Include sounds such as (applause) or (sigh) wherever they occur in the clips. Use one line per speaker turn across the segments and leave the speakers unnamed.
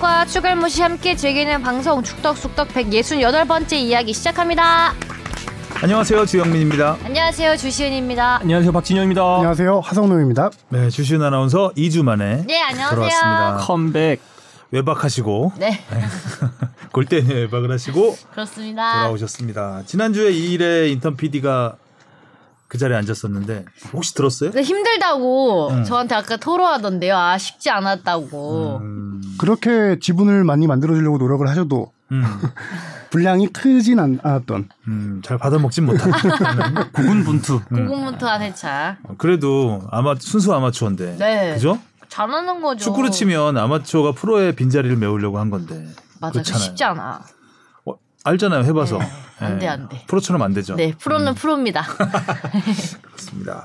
와 추갈무시 함께 즐기는 방송 죽덕숙덕 168번째 이야기 시작합니다.
안녕하세요 주영민입니다.
안녕하세요 주시은입니다.
안녕하세요 박진영입니다.
안녕하세요 하성룡입니다.
네 주시은 아나운서 2주 만에
네, 안녕하세요.
돌아왔습니다.
컴백.
외박하시고
네
골대에 외박을 하시고
그렇습니다.
돌아오셨습니다. 지난주에 이 일에 인턴 PD가 그 자리에 앉았었는데 혹시 들었어요?
근데 그 힘들다고
음.
저한테 아까 토로하던데요. 아 쉽지 않았다고.
음,
그렇게 지분을 많이 만들어주려고 노력을 하셔도
음,
(laughs) 분량이 크진 않, 않았던
음, 잘
(laughs)
받아먹진 못한다.
구군분투.
고군분투한 회차.
음. 그래도 아마 순수 아마추어인데,
네.
그죠?
잘하는 거죠.
축구로 치면 아마추어가 프로의 빈자리를 메우려고 한 건데,
맞아. 그
그렇잖아요.
쉽지 않아.
어, 알잖아요, 해봐서.
네. 안 돼, 안 돼.
프로처럼 안 되죠.
네 프로는 프로입니다.
그렇습니다.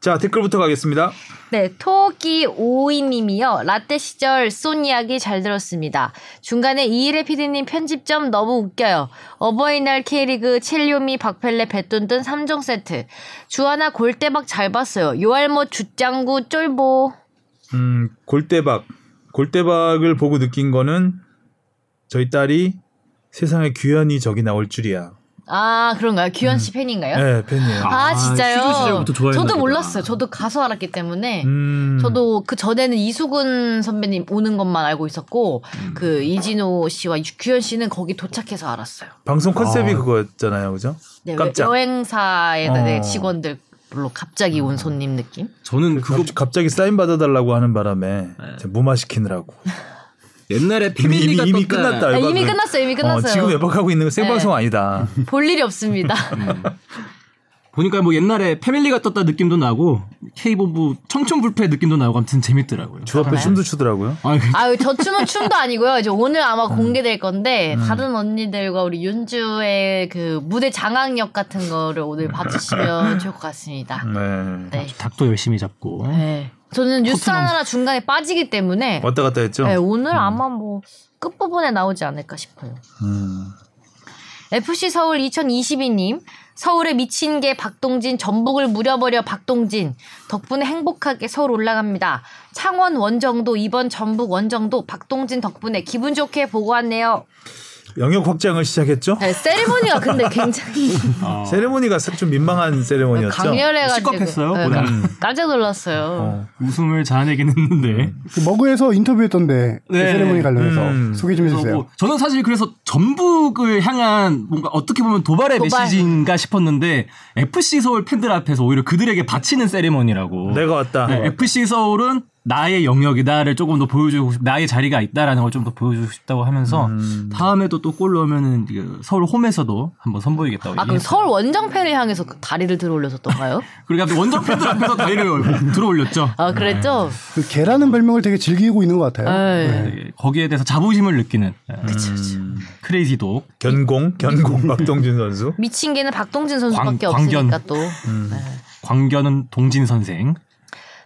자 댓글부터 가겠습니다.
네, 토끼 오이님이요. 라떼 시절 쏜 이야기 잘 들었습니다. 중간에 이일의 PD님 편집점 너무 웃겨요. 어버이날 K리그 첼료미 박펠레 배돈 든 3종 세트. 주하나 골대박 잘 봤어요. 요알모 주짱구 쫄보.
음, 골대박. 골대박을 보고 느낀 거는 저희 딸이 세상에 귀현이 적이 나올 줄이야.
아 그런가요? 규현 씨 팬인가요?
네, 팬이에요.
아,
음. 아,
진짜요?
시조 시절부터 좋아했나
저도
보다.
몰랐어요. 저도 가수 알았기 때문에.
음,
저도 그 전에는 이수근 선배님 오는 것만 알고 있었고
음.
그 이진호 씨와 규현 씨는 거기 도착해서 알았어요.
방송 컨셉이
아.
그거였잖아요, 그죠?
네,
깜짝.
여행사의 네,
어.
직원들로 갑자기 온 손님 느낌?
저는 그거
갑- 갑자기 사인 받아달라고 하는 바람에 제가 무마시키느라고 네.
옛날에
(laughs) 이미
패밀리가
이미, 이미
떴다.
끝났다.
아, 이미
외박은.
끝났어요, 이미 끝났어요.
어, 지금 외박하고 있는 건 생방송 아니다.
볼 일이
(laughs)
없습니다.
보니까 뭐 옛날에 패밀리가 떴다 느낌도 나고 K본부 청춘불패 느낌도 나고 아무튼 재밌더라고요.
주 앞에
그러나요?
춤도 추더라고요.
아, 그-
아유, 저 춤은 춤도 아니고요. 이제 오늘 아마 공개될 건데, 다른 언니들과 우리 윤주의 그 무대 장악력 같은 거를 오늘 봐주시면 좋을 것 같습니다.
네.
네.
닭도 열심히 잡고.
네. 저는 뉴스 하나 중간에 빠지기 때문에,
왔다 갔다 했죠.
음.
네, 오늘 아마 뭐 끝부분에 나오지 않을까 싶어요.
음.
FC 서울 2022님, 서울에 미친 개 박동진 전북을 무려버려 박동진 덕분에 행복하게 서울 올라갑니다. 창원 원정도 이번 전북 원정도 박동진 덕분에 기분 좋게 보고 왔네요.
영역 확장을 시작했죠.
네, 세리머니가
(laughs)
근데 굉장히
어.
세레모니가 사- 좀 민망한 세레모니였죠.
강렬해가지고
시겁했어요,
네,
오늘.
깜- 깜짝 놀랐어요.
어.
웃음을 자아내긴
네.
했는데.
그 머그에서 인터뷰했던데 그
네.
세레모니 관련해서
음.
소개 좀
그래서
해주세요.
뭐 저는 사실 그래서 전북을 향한 뭔가 어떻게 보면 도발의
도발.
메시지인가 싶었는데 FC 서울 팬들 앞에서 오히려 그들에게 바치는 세레머니라고.
내가 왔다.
네, FC 서울은 나의 영역이다를 조금 더 보여주고 싶, 나의 자리가 있다라는 걸 좀 더 보여주고 싶다고 하면서 다음에도 또 골 넣으면은 그 서울 홈에서도 한번 선보이겠다고.
아, 그럼
얘기했어요.
서울 원정 팬을 향해서 그 다리를 들어 올려줬던가요?
그리고 갑자기 원정 팬들 앞에서
(laughs)
다리를 들어 올렸죠.
아, 그랬죠?
그 개라는 별명을 되게 즐기고 있는 것 같아요.
에이.
네, 거기에 대해서 자부심을 느끼는 네, 크레이지 독.
견공 견공 박동준 선수.
미친 개는 박동진 선수밖에
광- 광견.
없으니까 또. 네.
광견은 동진 선생.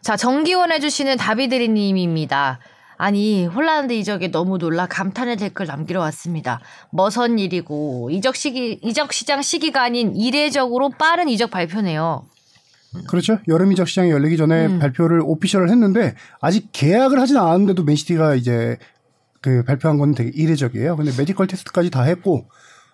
자, 정기원 해주시는 다비드리님입니다. 아니, 홀란드 이적에 너무 놀라 감탄의 댓글 남기러 왔습니다. 머선 일이고, 이적 시기, 이적 시장 시기가 아닌 이례적으로 빠른 이적 발표네요. 음.
그렇죠. 여름 이적 시장이 열리기 전에 발표를 오피셜을 했는데 아직 계약을 하진 않았는데도 맨시티가 이제 그 발표한 건 되게 이례적이에요. 근데 메디컬 테스트까지 다 했고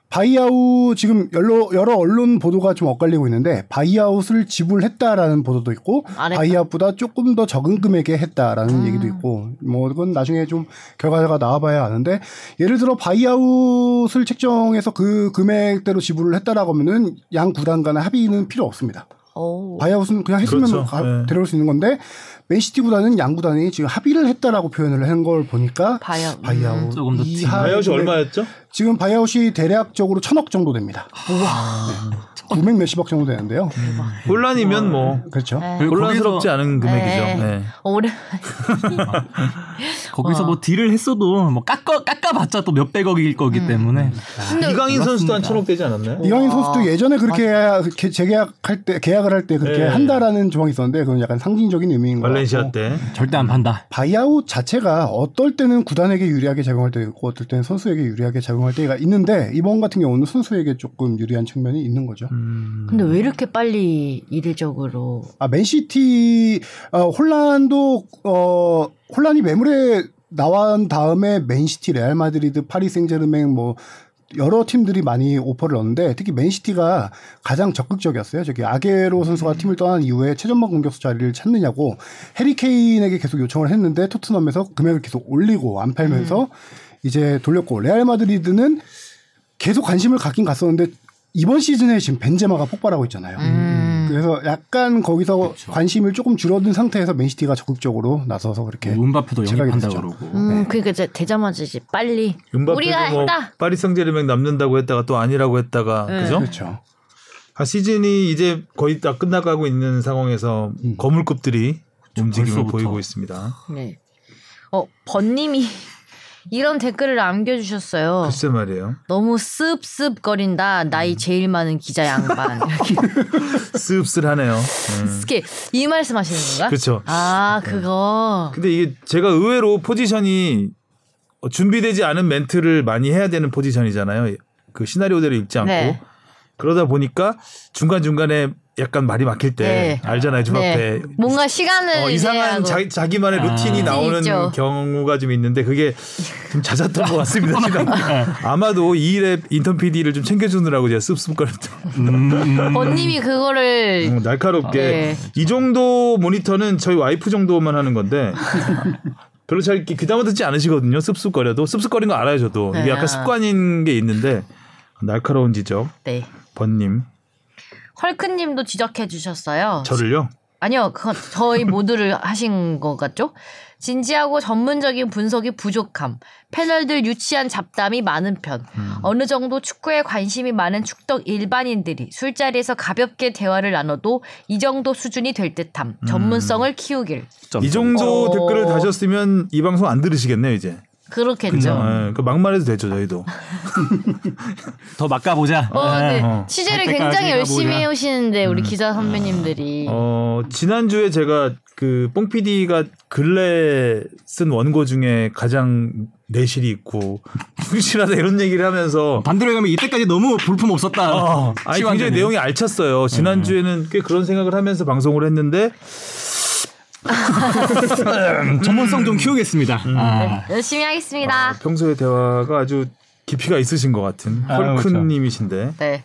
바이아웃 지금 여러, 여러 언론 보도가 좀 엇갈리고 있는데 바이아웃을 지불했다라는 보도도 있고
안 했다. 음.
바이아웃보다 조금 더 적은 금액에 했다라는 얘기도 있고 뭐 그건 나중에 좀 결과가 나와봐야 아는데 예를 들어 바이아웃을 책정해서 그 금액대로 지불을 했다라고 하면은 양 구단 간의 합의는 필요 없습니다.
오.
바이아웃은 그냥 했으면
그렇죠.
가-
네.
데려올 수 있는 건데 맨시티 구단은 양 구단이 지금 합의를 했다라고 표현을 한 걸 보니까
바이아웃.
음,
바이아웃
조금 더
이
튀는.
하-
바이아웃이 얼마였죠?
지금 바이아웃이 대략적으로 천억 정도 됩니다. 우와. 900 몇십억 정도 되는데요.
네.
혼란이면 뭐
그렇죠.
예.
그리고
혼란스럽지
거기서-
않은 금액이죠.
네.
네.
오래.
거기서
어.
뭐 딜을 했어도 뭐 깎아 깎아봤자 또 몇백억일 거기
음.
때문에
근데
이강인 선수도 한 천억 되지 않았나요?
이강인 선수도 예전에 그렇게 개- 재계약할 때 계약을 할 때 그렇게
네.
한다라는 조항이 있었는데 그건 약간 상징적인 의미인 것
발렌시아
어.
같고
때.
절대 안 판다.
바이아웃 자체가 어떨 때는 구단에게 유리하게 작용할 때가 있고 어떨 때는 선수에게 유리하게 작용할 때가 있는데 이번 같은 경우는 선수에게 조금 유리한 측면이 있는 거죠.
근데 왜 이렇게 빨리 이례적으로.
아 맨시티 어, 혼란도 어 혼란이 매물에 나온 다음에 맨시티, 레알 마드리드, 파리 생제르맹 뭐 여러 팀들이 많이 오퍼를 넣었는데 특히 맨시티가 가장 적극적이었어요. 저기 아게로 선수가 팀을 떠난 이후에 최전방 공격수 자리를 찾느냐고 해리케인에게 계속 요청을 했는데 토트넘에서 금액을 계속 올리고 안 팔면서 이제 돌렸고 레알 마드리드는 계속 관심을 갖긴 갔었는데 이번 시즌에 지금 벤제마가 폭발하고 있잖아요.
음.
그래서 약간 거기서 관심을 조금 줄어든 상태에서 맨시티가 적극적으로 나서서 그렇게
뭐 은바페도
제각이
영입한다
됐죠.
그러고.
음, 그러니까 이제 되자마자 이제 빨리
은바페도
우리가
뭐
했다.
파리 성제르맹 남는다고 했다가 또 아니라고 했다가
네.
그죠?
그렇죠.
아, 시즌이 이제 거의 다 끝나가고 있는 상황에서 거물급들이 움직임을
음. 벌써부터.
보이고 있습니다.
네. 어, 번님이 (laughs) 이런 댓글을 남겨주셨어요.
글쎄 말이에요.
너무 씁씁거린다. 나이
음.
제일 많은 기자
(laughs)
양반.
씁쓸하네요. 음.
이렇게 이 말씀하시는 건가?
그렇죠.
아 그거.
근데 이게 제가 의외로 포지션이 어, 준비되지 않은 멘트를 많이 해야 되는 포지션이잖아요. 그 시나리오대로 읽지 않고
네.
그러다 보니까 중간 중간에 약간 말이 막힐 때
네.
알잖아요 집
네.
앞에
뭔가 시간을
어, 이상한 자, 자기만의 루틴이 나오는
네, 있죠.
경우가 좀 있는데 그게 좀 잦았던 것 같습니다.
(laughs)
지금. 아마도 이 일에 인턴 PD를 좀 챙겨주느라고 제가 씁쓸거렸던
음.
번님이 그거를
음, 날카롭게
네.
이 정도 모니터는 저희 와이프 정도만
(laughs)
하는 건데 별로 잘 이렇게 귀담아 듣지 않으시거든요. 씁쓸거려도 씁쓸거린 거 알아요 저도 이게
네.
약간 습관인 게 있는데 날카로운 지적
네.
번님
헐크님도 지적해 주셨어요.
저를요.
아니요, 그건 저희 모두를 하신 것 같죠? 진지하고 전문적인 분석이 부족함, 패널들 유치한 잡담이 많은 편, 어느 정도 축구에 관심이 많은 축덕 일반인들이 술자리에서 가볍게 대화를 나눠도 이 정도 수준이 될 듯함, 전문성을 키우길.
이 정도
어.
댓글을 다셨으면 이 방송 안 들으시겠네요 이제.
그렇겠죠.
예, 그 막말해도 되죠 저희도.
더 막아보자.
어,
네.
근데
어.
취재를
갈 때까지
굉장히 열심히
가보자.
해오시는데, 우리 기자 선배님들이.
어, 지난주에 제가 그 뽕PD가 근래 쓴 원고 중에 가장 내실이 있고 (laughs) 충실하다 이런 얘기를 하면서
반대로 얘기하면 이때까지 너무 볼품 없었다.
어, 아니
시간
굉장히
되면.
내용이 알찼어요. 지난주에는 꽤 그런 생각을 하면서 방송을 했는데
음, 전문성 좀 키우겠습니다. 아.
열심히 하겠습니다.
평소의 대화가 아주 깊이가 있으신 것 같은
아,
헐크님이신데
네.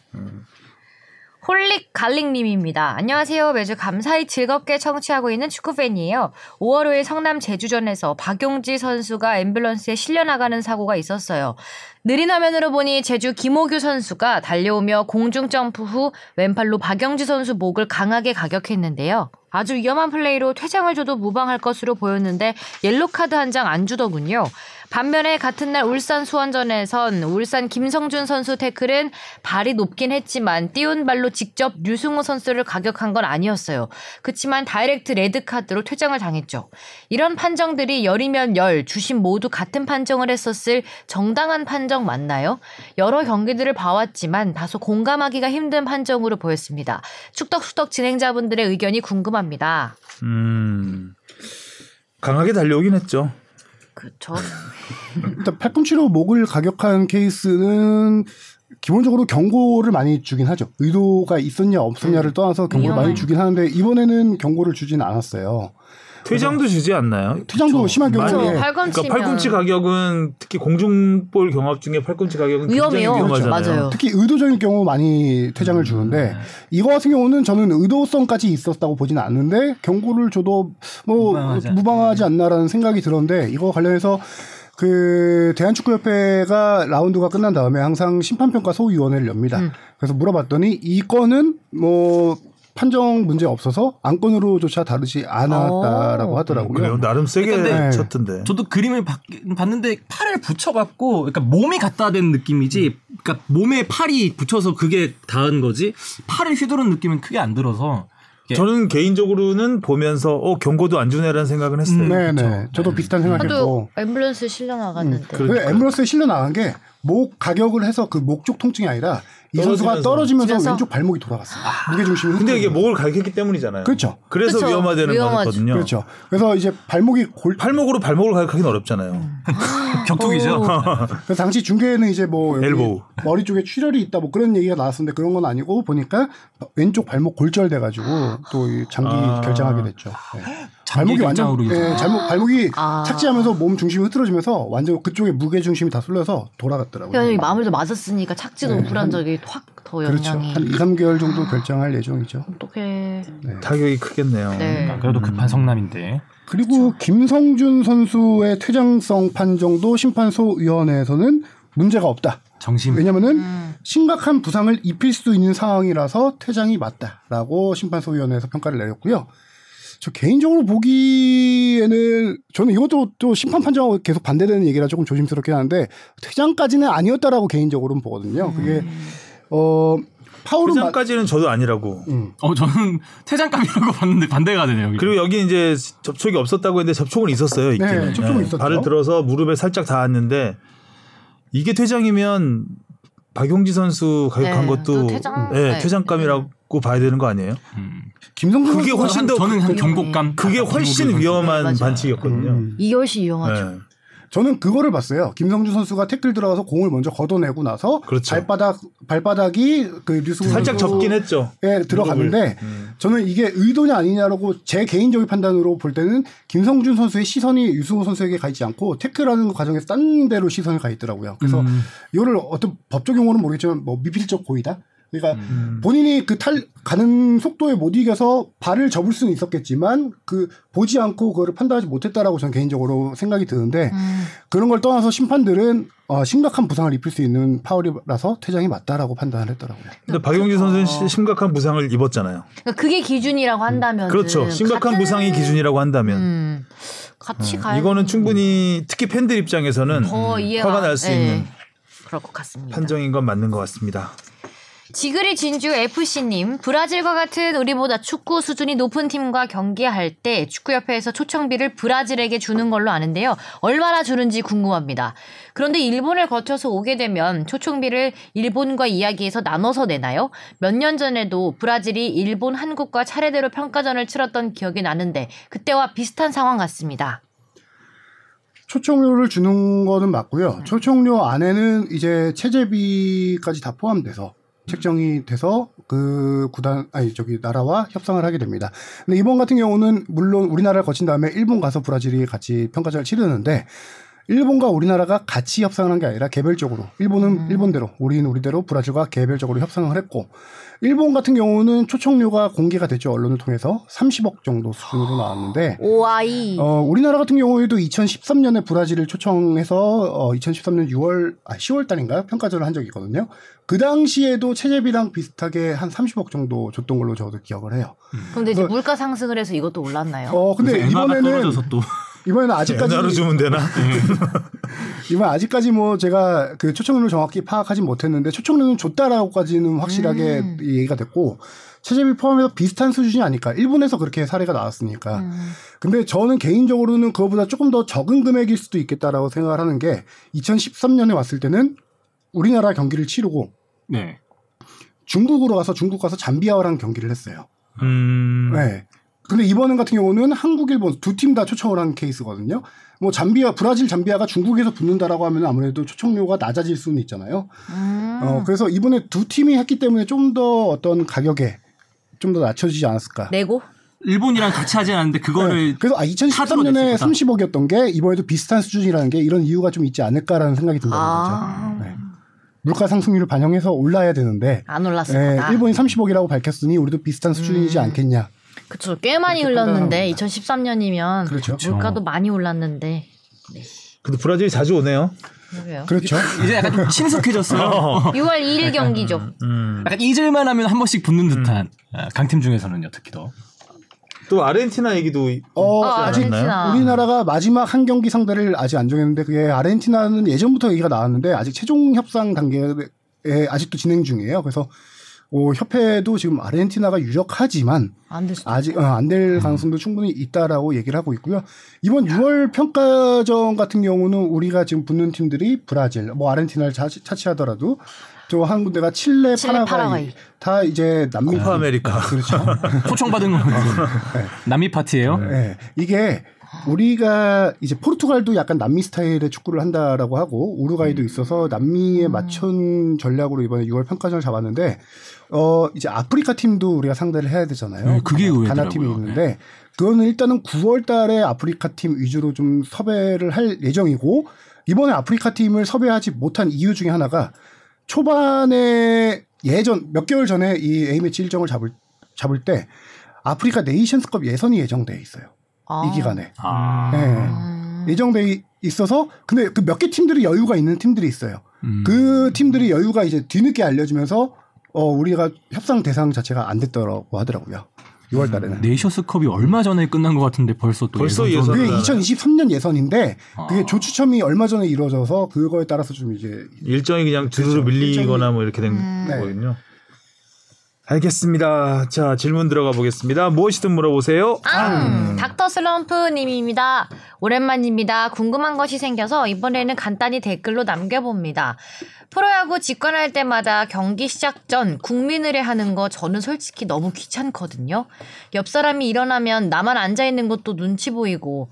홀릭 갈릭님입니다. 안녕하세요. 매주 감사히 즐겁게 청취하고 있는 축구팬이에요. 5월 5일 성남 제주전에서 박용지 선수가 앰뷸런스에 실려나가는 사고가 있었어요. 느린 화면으로 보니 제주 김호규 선수가 달려오며 공중점프 후 왼팔로 박용지 선수 목을 강하게 가격했는데요. 아주 위험한 플레이로 퇴장을 줘도 무방할 것으로 보였는데 옐로카드 한 장 안 주더군요. 반면에 같은 날 울산 수원전에선 울산 김성준 선수 태클은 발이 높긴 했지만 띄운 발로 직접 류승우 선수를 가격한 건 아니었어요. 그치만 다이렉트 레드카드로 퇴장을 당했죠. 이런 판정들이 열이면 열, 주심 모두 같은 판정을 했었을 정당한 판정 맞나요? 여러 경기들을 봐왔지만 다소 공감하기가 힘든 판정으로 보였습니다. 축덕수덕 진행자분들의 의견이 궁금합니다.
음, 강하게 달려오긴 했죠.
그쵸?
일단 팔꿈치로 목을 가격한 케이스는 기본적으로 경고를 많이 주긴 하죠. 의도가 있었냐 없었냐를 떠나서 경고를
위험한.
많이 주긴 하는데 이번에는 경고를 주진 않았어요.
퇴장도 주지 않나요?
퇴장도 심한
많이
경우에
그쵸.
그러니까
팔꿈치면
팔꿈치 가격은 특히 공중볼 경합 중에 팔꿈치 가격은 굉장히
위험해요. 그렇죠.
위험하잖아요.
맞아요.
특히 의도적인 경우 많이
음,
퇴장을
네.
주는데 이거 같은 경우는 저는 의도성까지 있었다고 보진 않는데 경고를 줘도 뭐
무방하지 않- 음.
무방하지 않나라는 생각이 들었는데 이거 관련해서 그 대한축구협회가 라운드가 끝난 다음에 항상 심판평가 소위원회를 엽니다.
음.
그래서 물어봤더니 이 건은 뭐 판정 문제 없어서 안건으로조차 다루지 않았다라고
어.
오.
하더라고요.
네, 그래요. 나름 세게
근데
쳤던데.
저도 그림을 봤- 봤는데 팔을 붙여갖고 그러니까 몸이 갖다 댄 느낌이지 그러니까 몸에 팔이 붙여서 그게 닿은 거지 팔을 휘두른 느낌은 크게 안 들어서 이게
저는 개인적으로는 보면서 어 경고도 안 주네라는 생각은 했어요.
음. 네네. 저도 비슷한
아,
생각했고.
하도 앰뷸런스
음,
실려나갔는데.
그렇죠.
왜 앰뷸런스에 실려 나간 게 목 가격을 해서 그 목쪽 통증이 아니라 이 선수가
떨어지면서.
떨어지면서
집에서?
왼쪽 발목이 돌아갔어요. 무게 중심이.
근데 이게 뭐- 목을 가격했기 때문이잖아요.
그렇죠.
그래서
그렇죠.
위험하다는
위험하죠.
거거든요.
그렇죠. 그래서 이제 발목이 골
팔목으로 발목을 가격하기는 어렵잖아요.
격투기죠. (laughs)
그래서 당시 중계에는 이제 뭐 여기
엘보우.
머리 쪽에 출혈이 있다 뭐 그런 얘기가 나왔었는데 그런 건 아니고 보니까 왼쪽 발목 골절돼 가지고 또 이 장기
아.
결장하게 됐죠. 네.
장기
발목이 완전
경장으로
예,
이어서.
잘못 발목이
아.
착지하면서 몸 중심이 흐트러지면서 완전 그쪽에 무게 중심이 다 쏠려서 돌아갔더라고요.
그냥 그러니까 마무리도 맞았으니까 착지도
네,
불안정이 확 더
그렇죠.
영향이.
한 2, 3개월 정도 결정할 예정이죠.
어떻게?
타격이 크겠네요.
네.
그래도 급한 성남인데.
그리고 김성준 선수의 퇴장성 판정도 심판소위원회에서는 문제가 없다.
음.
정심.
왜냐면은 심각한 부상을 입힐 수 있는 상황이라서 퇴장이 맞다라고 심판소위원회에서 평가를 내렸고요. 저 개인적으로 보기에는 저는 이것도 또 심판 판정하고 계속 반대되는 얘기라 조금 조심스럽긴 한데 퇴장까지는 아니었다라고 개인적으로는 보거든요. 그게 어 파울은 맞-
회장까지는 그 저도 아니라고.
어, 저는 퇴장감이라고 봤는데 반대가 되네요. 여기.
그리고 여기 이제 접촉이 없었다고 했는데 접촉은 있었어요. 있기는.
네, 접촉은 있었죠.
발을 들어서 무릎에 살짝 닿았는데 이게 퇴장이면 박용지 선수 가격한
네,
것도
또 퇴장-
네,
네.
퇴장감이라고 봐야 되는 거 아니에요?
음.
김성준
그게
선수가
훨씬 더
저는 한
그-
경복감.
그게
아까
훨씬
네,
경복이
위험한
맞아요. 음.
반칙이었거든요.
이게 훨씬 위험하죠.
네.
저는 그거를 봤어요. 김성준 선수가 태클 들어가서 공을 먼저 걷어내고 나서
그렇죠.
발바닥 발바닥이 그 류승
살짝 접긴 했죠.
예, 들어갔는데
음.
저는 이게 의도냐 아니냐라고 제 개인적인 판단으로 볼 때는 김성준 선수의 시선이 유승호 선수에게 가 있지 않고 태클하는 과정에서 딴 데로 시선이 가 있더라고요. 그래서
음.
이거를 어떤 법적 용어는 모르겠지만 뭐 미필적 고의다. 그러니까
음.
본인이 그 탈 가는 속도에 못 이겨서 발을 접을 수는 있었겠지만 그 보지 않고 그거를 판단하지 못했다라고 저는 개인적으로 생각이 드는데
음.
그런 걸 떠나서 심판들은 어, 심각한 부상을 입힐 수 있는 파울이라서 퇴장이 맞다라고 판단을 했더라고요.
근데 박용지 선수는 시- 심각한 부상을 입었잖아요.
그러니까 그게 기준이라고 한다면
그렇죠. 심각한 부상이 기준이라고 한다면
음, 같이 가야
이거는 충분히 특히 팬들 입장에서는 음,
더 이해가
화가 날 수
예,
있는
그럴 것 같습니다.
판정인 건 맞는 것 같습니다. 네,
지그리 진주 FC님, 브라질과 같은 우리보다 축구 수준이 높은 팀과 경기할 때 축구협회에서 초청비를 브라질에게 주는 걸로 아는데요. 얼마나 주는지 궁금합니다. 그런데 일본을 거쳐서 오게 되면 초청비를 일본과 이야기해서 나눠서 내나요? 몇 년 전에도 브라질이 일본, 한국과 차례대로 평가전을 치렀던 기억이 나는데 그때와 비슷한 상황 같습니다.
초청료를 주는 거는 맞고요. 초청료 안에는 이제 체제비까지 다 포함돼서 책정이 돼서 그 구단 아니 저기 나라와 협상을 하게 됩니다. 근데 이번 같은 경우는 물론 우리나라를 거친 다음에 일본 가서 브라질이 같이 평가전을 치르는데 일본과 우리나라가 같이 협상을 한 게 아니라 개별적으로 일본은 일본대로 우리는 우리대로 브라질과 개별적으로 협상을 했고 일본 같은 경우는 초청료가 공개가 됐죠 언론을 통해서 30억 정도 수준으로 나왔는데
오아이.
어, 우리나라 같은 경우에도 2013년에 브라질을 초청해서 어, 2013년 6월, 아, 10월 달인가요? 평가전을 한 적이 있거든요. 그 당시에도 체제비랑 비슷하게 한 30억 정도 줬던 걸로 저도 기억을 해요.
근데 이제 물가 상승을 해서 이것도 올랐나요?
그 어, 근데
엔화가
이번에는,
떨어져서 또
이번에는 아직까지,
전화로 주면 되나?
이번 아직까지 뭐 제가 그 초청료를 정확히 파악하지 못했는데 초청료는 줬다라고까지는 확실하게
음.
얘기가 됐고 체제비 포함해서 비슷한 수준이 아닐까. 일본에서 그렇게 사례가 나왔으니까.
음.
근데 저는 개인적으로는 그거보다 조금 더 적은 금액일 수도 있겠다라고 생각을 하는 게 2013년에 왔을 때는 우리나라 경기를 치르고
네.
중국으로 가서 중국 가서 잠비아와랑 경기를 했어요.
음.
네. 근데 이번 같은 경우는 한국, 일본 두 팀 다 초청을 한 케이스거든요. 뭐 잠비아, 브라질, 잠비아가 중국에서 붙는다라고 하면 아무래도 초청료가 낮아질 수는 있잖아요.
음.
어, 그래서 이번에 두 팀이 했기 때문에 좀 더 어떤 가격에 좀 더 낮춰지지 않았을까.
내고?
일본이랑 같이 하진 않는데 그거를
네. 그래서 아
카드로
2013년에
냈을 거다.
30억이었던 게 이번에도 비슷한 수준이라는 게 이런 이유가 좀 있지 않을까라는 생각이 든다는
아.
거죠. 네. 물가 상승률을 반영해서 올라야 되는데
안 올랐을
예,
거다.
일본이 30억이라고 밝혔으니 우리도 비슷한 수준이지
음.
않겠냐.
그쵸. 꽤 많이
그렇게
흘렀는데
판단합니다.
2013년이면
그렇죠.
물가도 많이 올랐는데
(laughs) 근데 브라질이 자주 오네요.
그래요.
그렇죠.
이제 약간 좀 친숙해졌어요.
6월 2일 경기죠.
음.
약간 잊을만 하면 한 번씩 붙는 듯한 아, 강팀 중에서는요, 특히 더.
또 아르헨티나 얘기도
어,
아,
아직
아르헨티나.
우리나라가 마지막 한 경기 상대를 아직 안 정했는데 그게 아르헨티나는 예전부터 얘기가 나왔는데 아직 최종 협상 단계에 아직도 진행 중이에요. 그래서 어, 협회도 지금 아르헨티나가 유력하지만
안 됐어.
아직 안 될 가능성도 충분히 있다라고 얘기를 하고 있고요. 이번 6월 평가전 같은 경우는 우리가 지금 붙는 팀들이 브라질, 뭐 아르헨티나를 차치, 차치하더라도 또 한 군데가 칠레,
칠레,
파라과이,
파라과이.
다 이제 남미
아. 코파 아메리카.
그렇죠.
(laughs) 초청받은 거. 남미 파티예요
예. 이게 우리가 이제 포르투갈도 약간 남미 스타일의 축구를 한다라고 하고 우루과이도 있어서 남미에 맞춘 전략으로 이번에 6월 평가전을 잡았는데 어 이제 아프리카 팀도 우리가 상대를 해야 되잖아요.
네, 그게
가나-
의외더라고요. 네.
가나 팀이 있는데 그거는 일단은 9월달에 아프리카 팀 위주로 좀 섭외를 할 예정이고 이번에 아프리카 팀을 섭외하지 못한 이유 중에 하나가 초반에 예전 몇 개월 전에 이 A매치 일정을 잡을 잡을 때 아프리카 네이션스컵 예선이 예정돼 있어요.
아.
이 기간에
아.
네.
음.
예정돼 있어서 근데 그 몇 개 팀들이 여유가 있는 팀들이 있어요.
음.
그 팀들이 여유가 이제 뒤늦게 알려지면서 어 우리가 협상 대상 자체가 안 됐더라고 하더라고요. 6월 달에는.
음. 네이셔스컵이 얼마 전에 끝난 것 같은데 벌써 또
벌써
예선전.
그게
예선을-
2023년 예선인데
아.
그게 조추첨이 얼마 전에 이루어져서 그거에 따라서 좀 이제
일정이 그냥 두루루
그렇죠.
밀리거나 뭐 이렇게 된
음.
네.
거거든요. 알겠습니다. 자 질문 들어가 보겠습니다. 무엇이든 물어보세요. 음.
음.
앙! 아, 닥터 슬럼프님입니다. 오랜만입니다. 궁금한 것이 생겨서 이번에는 간단히 댓글로 남겨봅니다. 프로야구 직관할 때마다 경기 시작 전 국민의례하는 거 저는 솔직히 너무 귀찮거든요. 옆 사람이 일어나면 나만 앉아 있는 것도 눈치 보이고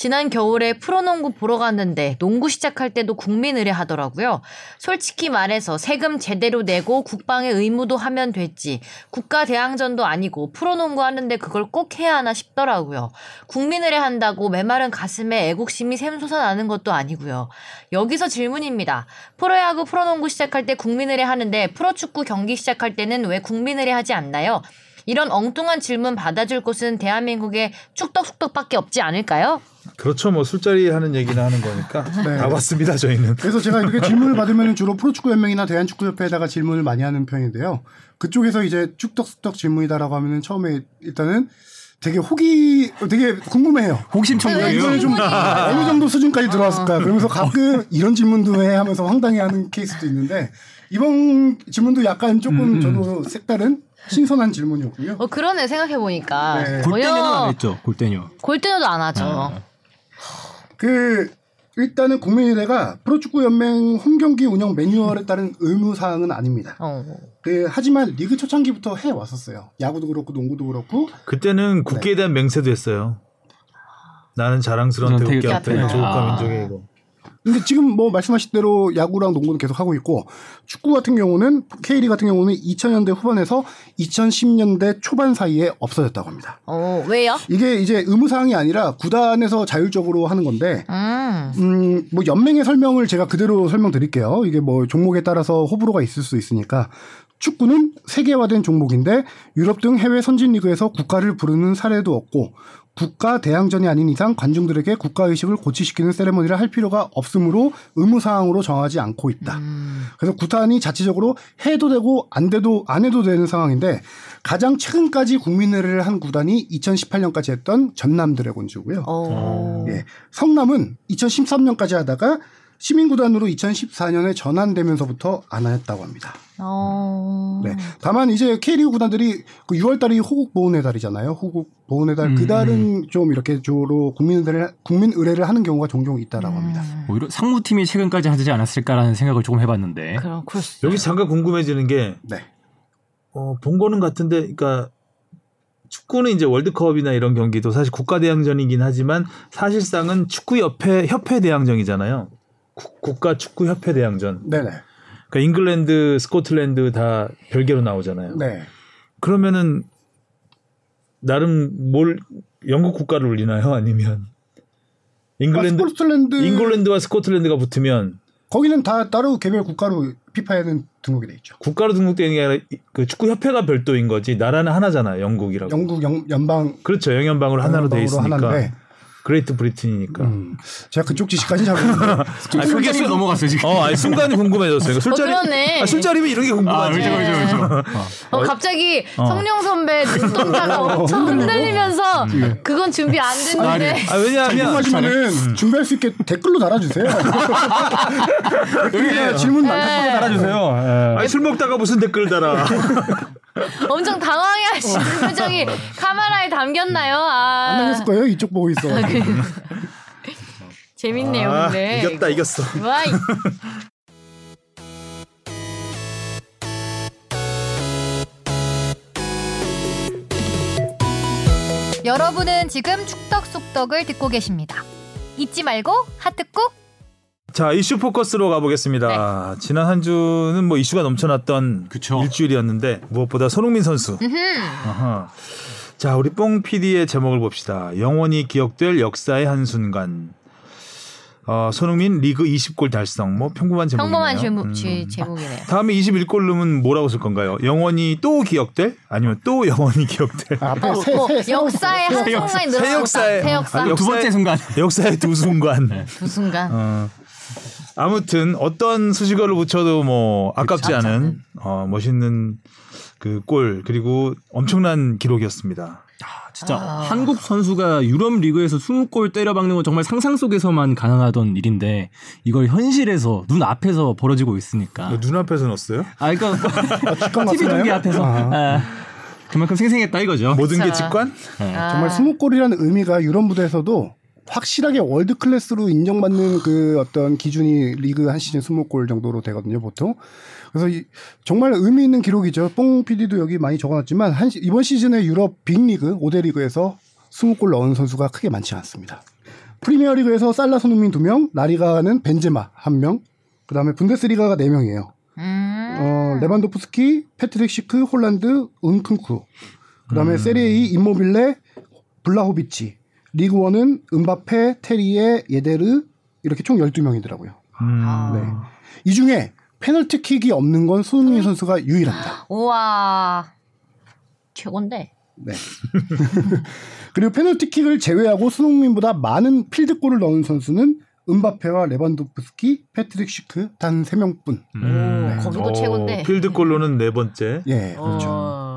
지난 겨울에 프로농구 보러 갔는데 농구 시작할 때도 국민의례 하더라고요. 솔직히 말해서 세금 제대로 내고 국방의 의무도 하면 됐지. 국가 대항전도 아니고 프로농구 하는데 그걸 꼭 해야 하나 싶더라고요. 국민의례 한다고 메마른 가슴에 애국심이 샘솟아 나는 것도 아니고요. 여기서 질문입니다. 프로야구 프로농구 시작할 때 국민의례 하는데 프로축구 경기 시작할 때는 왜 국민의례 하지 않나요? 이런 엉뚱한 질문 받아줄 곳은 대한민국에 축덕숙덕밖에 없지 않을까요?
그렇죠. 뭐 술자리 하는 얘기나 하는 (laughs) 거니까 다 봤습니다. 저희는.
그래서 제가 이렇게 질문을 받으면 주로 프로축구연맹이나 대한축구협회에다가 질문을 많이 하는 편인데요. 그쪽에서 이제 쭉덕쑥덕 질문이다라고 하면은 처음에 일단은 되게 호기, 되게 궁금해요.
네,
혹심청구예요.
이걸 좀 어느 정도 수준까지 들어왔을까? 그러면서 가끔 이런 질문도 해 하면서 황당해하는 케이스도 있는데 이번 질문도 약간 조금 저도 색다른 신선한 질문이었고요.
어 그러네 생각해 보니까
네.
골대녀는 안 했죠. 골대녀.
골대녀도 안 하죠.
그 일단은 국민의대가 프로축구연맹 홈경기 운영 매뉴얼에 따른 의무 사항은 아닙니다.
어.
그, 하지만 리그 초창기부터 해 왔었어요. 야구도 그렇고 농구도 그렇고
그때는 국기에 대한 맹세도 했어요. 나는 자랑스러운
저는
태극기
태극기
앞에
앞에.
조국과
아.
민족의 이거.
근데 지금 뭐 말씀하신 대로 야구랑 농구는 계속 하고 있고 축구 같은 경우는 K리그 같은 경우는 2000년대 후반에서 2010년대 초반 사이에 없어졌다고 합니다.
어 왜요?
이게 이제 의무 사항이 아니라 구단에서 자율적으로 하는 건데
음.
음, 뭐 연맹의 설명을 제가 그대로 설명드릴게요. 이게 뭐 종목에 따라서 호불호가 있을 수 있으니까. 축구는 세계화된 종목인데 유럽 등 해외 선진 리그에서 국가를 부르는 사례도 없고 국가 대항전이 아닌 이상 관중들에게 국가 의식을 고취시키는 세레머니를 할 필요가 없으므로 의무 사항으로 정하지 않고 있다.
음.
그래서 구탄이 자체적으로 해도 되고 안 돼도 안 해도 되는 상황인데 가장 최근까지 국민회를 한 구단이 2018년까지 했던 전남 드래곤즈고요.
어.
예. 성남은 2013년까지 하다가 시민구단으로 2014년에 전환되면서부터 안 했다고 합니다.
어.
네. 다만 이제 K리그 구단들이 그 6월달이 호국 보훈의 달이잖아요. 호국 보훈의
음,
달. 그 달은 좀 이렇게 주로 국민 의뢰를, 국민 의뢰를 하는 경우가 종종 있다라고
음.
합니다.
오히려 뭐 상무팀이 최근까지 하지 않았을까라는 생각을 조금 해봤는데.
그럼 그럴 수.
여기 잠깐 궁금해지는 게
네.
어, 본 거는 같은데, 그러니까 축구는 이제 월드컵이나 이런 경기도 사실 국가 대항전이긴 하지만 사실상은 축구 협회 협회 대항전이잖아요. 국- 국가 축구 협회 대항전.
네네.
그러니까 잉글랜드, 스코틀랜드 다 별개로 나오잖아요.
네.
그러면은 나름 뭘 영국 국가를 올리나요? (laughs) 아니면 잉글랜드
아, 스코틀랜드.
잉글랜드와 스코틀랜드가 붙으면
거기는 다 따로 개별 국가로 피파에는 등록이 돼 있죠.
국가로 등록되는 게 아니라 이- 그 축구 협회가 별도인 거지 나라는 하나잖아요. 영국이라고.
영국 연, 연방.
그렇죠. 영연방으로 하나로 돼 있으니까.
하나인데,
그레이트 브리튼이니까.
음, 제가 그쪽 지식까지 잘 모르는데.
아, 그게 술 넘어갔어요 지금.
어, 아니, 순간 궁금해졌어요. 이거 술자리.
그러네.
아, 술자리면 이런 게
아,
궁금하지.
그죠, 그죠, 그죠.
어, 갑자기 성룡 선배 눈동자가 엄청 흔들리면서 그건 준비 안 됐는데
아니.
아, 왜냐하면
궁금하시면은 준비할 수 있게 댓글로 달아주세요. 여기 질문
네.
많다.
아니, 술 먹다가 무슨 댓글 달아.
엄청 당황해하시는 표정이 카메라에 담겼나요?
안
아
당했을 거예요. 이쪽 보고 있어.
(laughs) 재밌네요,
아,
근데.
이겼다, 이겼어.
(laughs) 와, 이-
여러분은 지금 축덕숙덕을 듣고 계십니다. 잊지 말고 하트 꾹!
자 이슈 포커스로 가보겠습니다.
네.
지난 한 주는 뭐 이슈가 넘쳐났던
그쵸.
일주일이었는데 무엇보다 손흥민 선수. 아하. 자 우리 뽕 PD의 제목을 봅시다. 영원히 기억될 역사의 한 순간. 어, 손흥민 리그 20골 달성. 뭐 평범한 제목이네요.
평범한
음.
제목, 제, 제목이네요.
다음에 21골룸은 뭐라고 쓸 건가요? 영원히 또 기억될? 아니면 또 영원히 기억될? (laughs)
아,
어,
앞에 새,
어,
새, 새
역사의 한 순간이 늘어났다.
새 역사의-
새 역사.
아니,
두 번째
역사의-
순간.
역사의 두 순간.
두 순간.
어, 아무튼 어떤 수식어를 붙여도 뭐 아깝지
그렇죠.
않은 어, 멋있는 그 골 그리고 엄청난 기록이었습니다.
아, 진짜 한국 선수가 유럽 리그에서 20골 때려박는 건 정말 상상 속에서만 가능하던 일인데 이걸 현실에서 눈 앞에서 벌어지고
네.
있으니까.
눈앞에서 넣었어요?
아
(laughs)
그러니까 (laughs) TV
같잖아요? 뭐-
중계 앞에서 아, 그만큼 생생했다 이거죠.
모든 게
그쵸.
직관?
아,
정말 스무 골이라는 의미가 유럽 무대에서도 확실하게 월드 클래스로 인정받는 그 어떤 기준이 리그 한 시즌 스무 골 정도로 되거든요, 보통. 그래서 이- 정말 의미 있는 기록이죠. 뽕 PD도 여기 많이 적어놨지만 한 시- 이번 시즌에 유럽 빅리그 5대 리그에서 스무 골 넣은 선수가 크게 많지 않습니다. 프리미어 리그에서 살라 손흥민 2명, 라리가는 벤제마 1명, 그 다음에 분데스리가가 4명이에요.
음.
어, 레반도프스키, 패트릭 시크, 홀란드, 은쿤쿠. 그다음에 세리에이, 임모빌레, 블라호비치. 리그 1은 은바페, 테리에, 예데르 이렇게 총 12명이더라고요.
음.
네.
아,
이 중에 페널티킥이 없는 건
음.
손흥민 선수가 유일합니다.
아.
우와. 최곤데.
네. 그리고 페널티킥을 제외하고 손흥민보다 많은 필드골을 넣은 선수는 은바페와 레반도프스키, 패트릭 시크 단 3명뿐.
음.
오, 거기도
어,
최고인데.
필드골로는 네 번째.
예, 그렇죠.
어.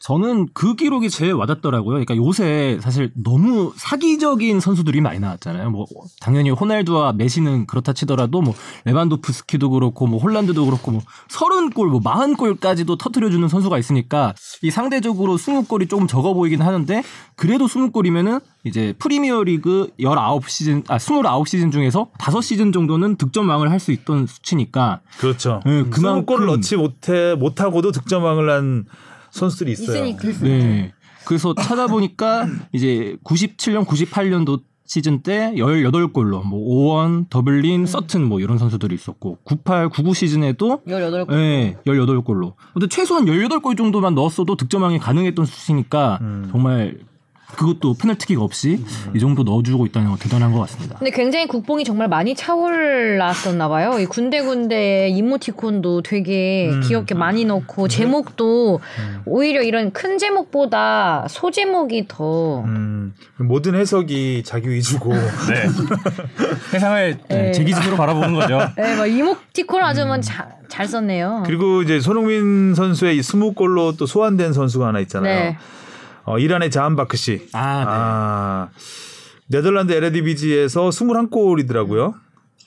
저는 그 기록이 제일 와닿더라고요. 그러니까 요새 사실 너무 사기적인 선수들이 많이 나왔잖아요. 뭐 당연히 호날두와 메시는 그렇다 치더라도 뭐 레반도프스키도 그렇고 뭐 홀란드도 그렇고 뭐 30골 뭐 40골까지도 터트려 주는 선수가 있으니까 이 상대적으로 20골이 조금 적어 보이긴 하는데 그래도 20골이면은 이제 프리미어 리그 19시즌 아 29시즌 중에서 5시즌 정도는 득점왕을 할 수 있던 수치니까
그렇죠.
예,
그
그만큼-
만 골을 넣지 못해 못하고도 득점왕을 한 선수들이 있어요.
있으니까.
네. 그래서 (laughs) 찾아보니까 이제 97년, 98년도 시즌 때 18골로 뭐 오원, 더블린, 서튼 뭐 이런 선수들이 있었고 98, 99 시즌에도
18골.
예, 18골로. 근데 최소한 18골 정도만 넣었어도 득점왕이 가능했던 수치니까
음.
정말 그것도 페널티킥 없이 이 정도 넣어주고 있다는 건 대단한 것 같습니다.
근데 굉장히 국뽕이 정말 많이 차올랐었나 봐요. 이 군데군데 이모티콘도 되게
음.
귀엽게 많이 넣고 제목도 오히려 이런 큰 제목보다 소제목이 더
음, 모든 해석이 자기
(laughs)
위주고
네.
세상을
네.
제 기준으로 바라보는 거죠.
네, 막 이모티콘 아주만 자- 잘 썼네요.
(laughs) 음. 그리고 이제 손흥민 선수의 이 20골로 또 소환된 선수가 하나 있잖아요.
네.
어, 이란의 자한바크 씨.
아, 네.
아, 네덜란드 LADBG에서 21골이더라고요.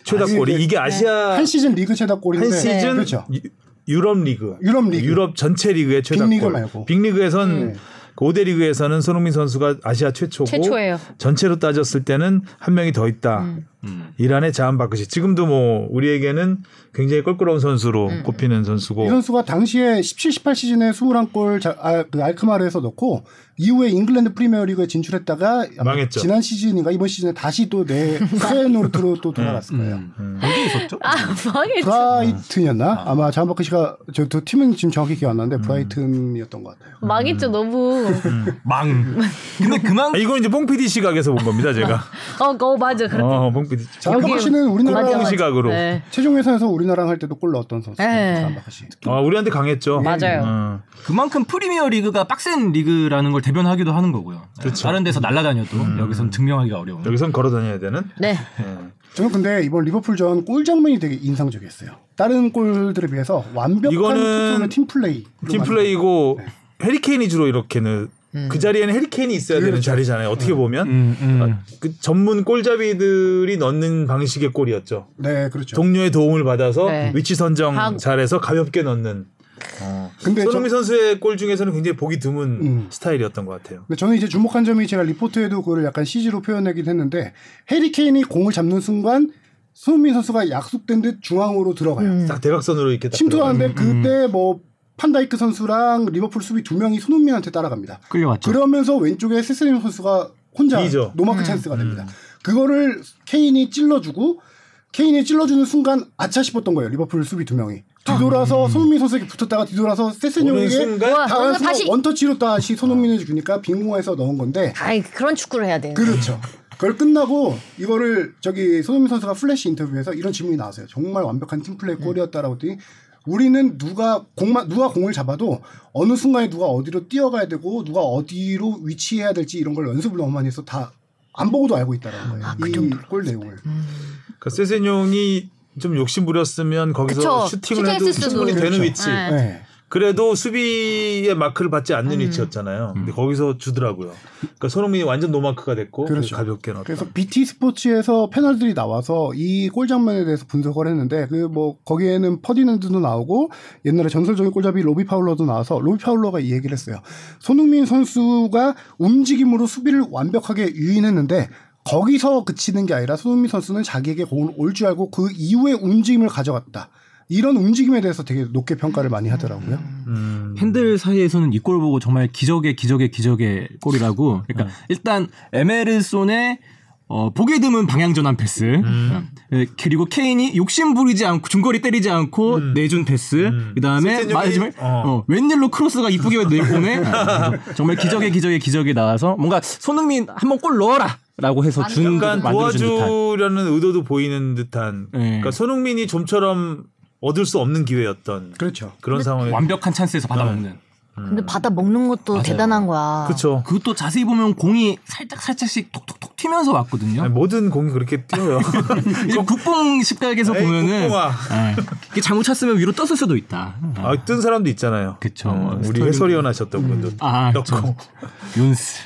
최다
아니,
골이
네.
이게 아시아
한 시즌 리그 최다 골인데
한 시즌
그렇죠.
유- 유럽 리그.
유럽 리그.
전체 리그의 최다
빅리그
골.
말고. 네.
빅리그에선 그 5대 리그에서는 손흥민 선수가 아시아 최초고
최초예요.
전체로 따졌을 때는 한 명이 더 있다.
음.
이란의 자한바크시 지금도 뭐 우리에게는 굉장히 껄끄러운 선수로
음.
꼽히는 선수고
이 선수가 당시에 17, 18 시즌에 21골 자, 아, 그 알크마르에서 넣고 이후에 잉글랜드 프리미어리그에 진출했다가 아마
망했죠.
지난 시즌인가 이번 시즌에 다시 또내 (laughs) 페노르트로 또 돌아갔을 거예요.
음,
어디 있었죠?
아, 망했죠.
브라이튼이었나? 아마 자한바크 씨가 저 두 팀은 지금 정확히 기억 안 나는데
음.
브라이튼이었던 것 같아요.
망했죠,
음. (laughs)
너무.
망. 근데
아,
그만큼
이건 이제 뽕피디 시각에서 본
(laughs)
겁니다 제가
어, 어, 맞아. 그렇게.
어 뽕피디
자한바크
여기- 그
씨는 우리나라
맞아, 맞아.
시각으로.
네.
최종 예선에서 우리나라랑 할 때도 골 넣었던 선수.
네.
자한바크 씨.
아, 우리한테 강했죠
맞아요.
어.
그만큼 프리미어 리그가 빡센 리그라는 걸 대변하기도 하는 거고요. 다른 데서 날아다녀도 여기선 증명하기가 어려운.
여기선 걸어 다녀야 되는 예.
네.
저는 근데 이번 리버풀전 골 장면이 되게 인상적이었어요. 다른 골들에 비해서 완벽한
이거는
토트넘의 팀 플레이.
팀 플레이고 해리케인이 주로 이렇게는
음.
그 자리에는 해리케인이 있어야 되는 자리잖아요 어떻게 보면
음, 음.
그 전문 골잡이들이 넣는 방식의 골이었죠
네, 그렇죠.
동료의 도움을 받아서
네.
위치 선정
하고.
잘해서 가볍게 넣는
어.
어.
근데 저-
손흥민 선수의 골 중에서는 굉장히 보기 드문
음.
스타일이었던 것 같아요.
근데 저는 이제 주목한 점이 제가 리포트에도 그걸 약간 CG로 표현하긴 했는데 해리케인이 공을 잡는 순간
음.
손흥민 선수가 약속된 듯 중앙으로 들어가요.
딱 대각선으로 이렇게 딱
침투하는데 그때 뭐 판다이크 선수랑 리버풀 수비 두 명이 손흥민한테 따라갑니다.
끌려왔죠.
그러면서 왼쪽에 세스린 선수가 혼자
이죠.
노마크
음.
찬스가 됩니다. 그거를 케인이 찔러주고 케인이 찔러주는 순간 아차 싶었던 거예요. 리버풀 수비 두 명이 뒤돌아서 손흥민 선수에게 붙었다가 뒤돌아서
오는
세스린에게
순간
우와.
당한 순간
다시-
원터치로 다시 손흥민을 주니까 빈 공에서 넣은 건데
아이 그런 축구를 해야 돼.
그렇죠. 그걸 끝나고 이거를 저기 손흥민 선수가 플래시 인터뷰에서 이런 질문이 나왔어요. 정말 완벽한 팀플레이 골이었다라고 했더니 우리는 누가 공만 누가 공을 잡아도 어느 순간에 누가 어디로 뛰어가야 되고 누가 어디로 위치해야 될지 이런 걸 연습을 너무 많이 해서 다 안 보고도 알고 있다라는 거예요. 이 골 내용을.
그러니까 세세뇽이 좀 욕심부렸으면 거기서
그쵸.
슈팅을
슈팅했을
해도
수도.
충분히 되는
그렇죠.
위치.
네.
네.
그래도 수비의 마크를 받지 않는
음.
위치였잖아요. 근데 거기서 주더라고요. 그러니까 손흥민이 완전 노마크가 됐고
음. 그렇죠.
가볍게 넣었다.
그래서 BT 스포츠에서 패널들이 나와서 이 골 장면에 대해서 분석을 했는데 그 뭐 거기에는 퍼디난드도 나오고 옛날에 전설적인 골잡이 로비 파울러도 나와서 로비 파울러가 이 얘기를 했어요. 손흥민 선수가 움직임으로 수비를 완벽하게 유인했는데 거기서 그치는 게 아니라 손흥민 선수는 자기에게 공을 올 줄 알고 그 이후에 움직임을 가져갔다. 이런 움직임에 대해서 되게 높게 평가를 많이 하더라고요.
음.
팬들 사이에서는 이 골 보고 정말 기적의 기적의 기적의 골이라고. 그러니까
음.
일단 에메르손의 어, 보게 드문 방향 전환 패스.
음.
예, 그리고 케인이 욕심 부리지 않고 중거리 때리지 않고 내준 패스.
음.
그다음에
세진용이-
마지막
어.
어, 웬일로 크로스가
(laughs)
이쁘게 내보네. 정말 기적의 기적의 기적이 나와서 뭔가 손흥민 한번 골 넣어라라고 해서 준
약간
만들어준 듯한.
도와주려는 의도도 보이는 듯한.
네.
그러니까 손흥민이 좀처럼 얻을 수 없는 기회였던
그렇죠.
그런 상황에.
완벽한 찬스에서
네.
받아먹는.
근데 받아 먹는 것도
맞아요.
대단한 거야.
그렇죠.
그것도 자세히 보면 공이 살짝 살짝씩 톡톡톡 튀면서 왔거든요.
모든 공이 그렇게 뛰어요.
(laughs) 이제 국뽕 식탁에서
에이,
보면은
국뽕아.
예, 이게 잘못 찼으면 위로 떴을 수도 있다.
아, 뜬 사람도 있잖아요.
그쵸. 음,
어, 우리
스토리.
해설위원 하셨던 분도.
아,
넣고.
저, 윤스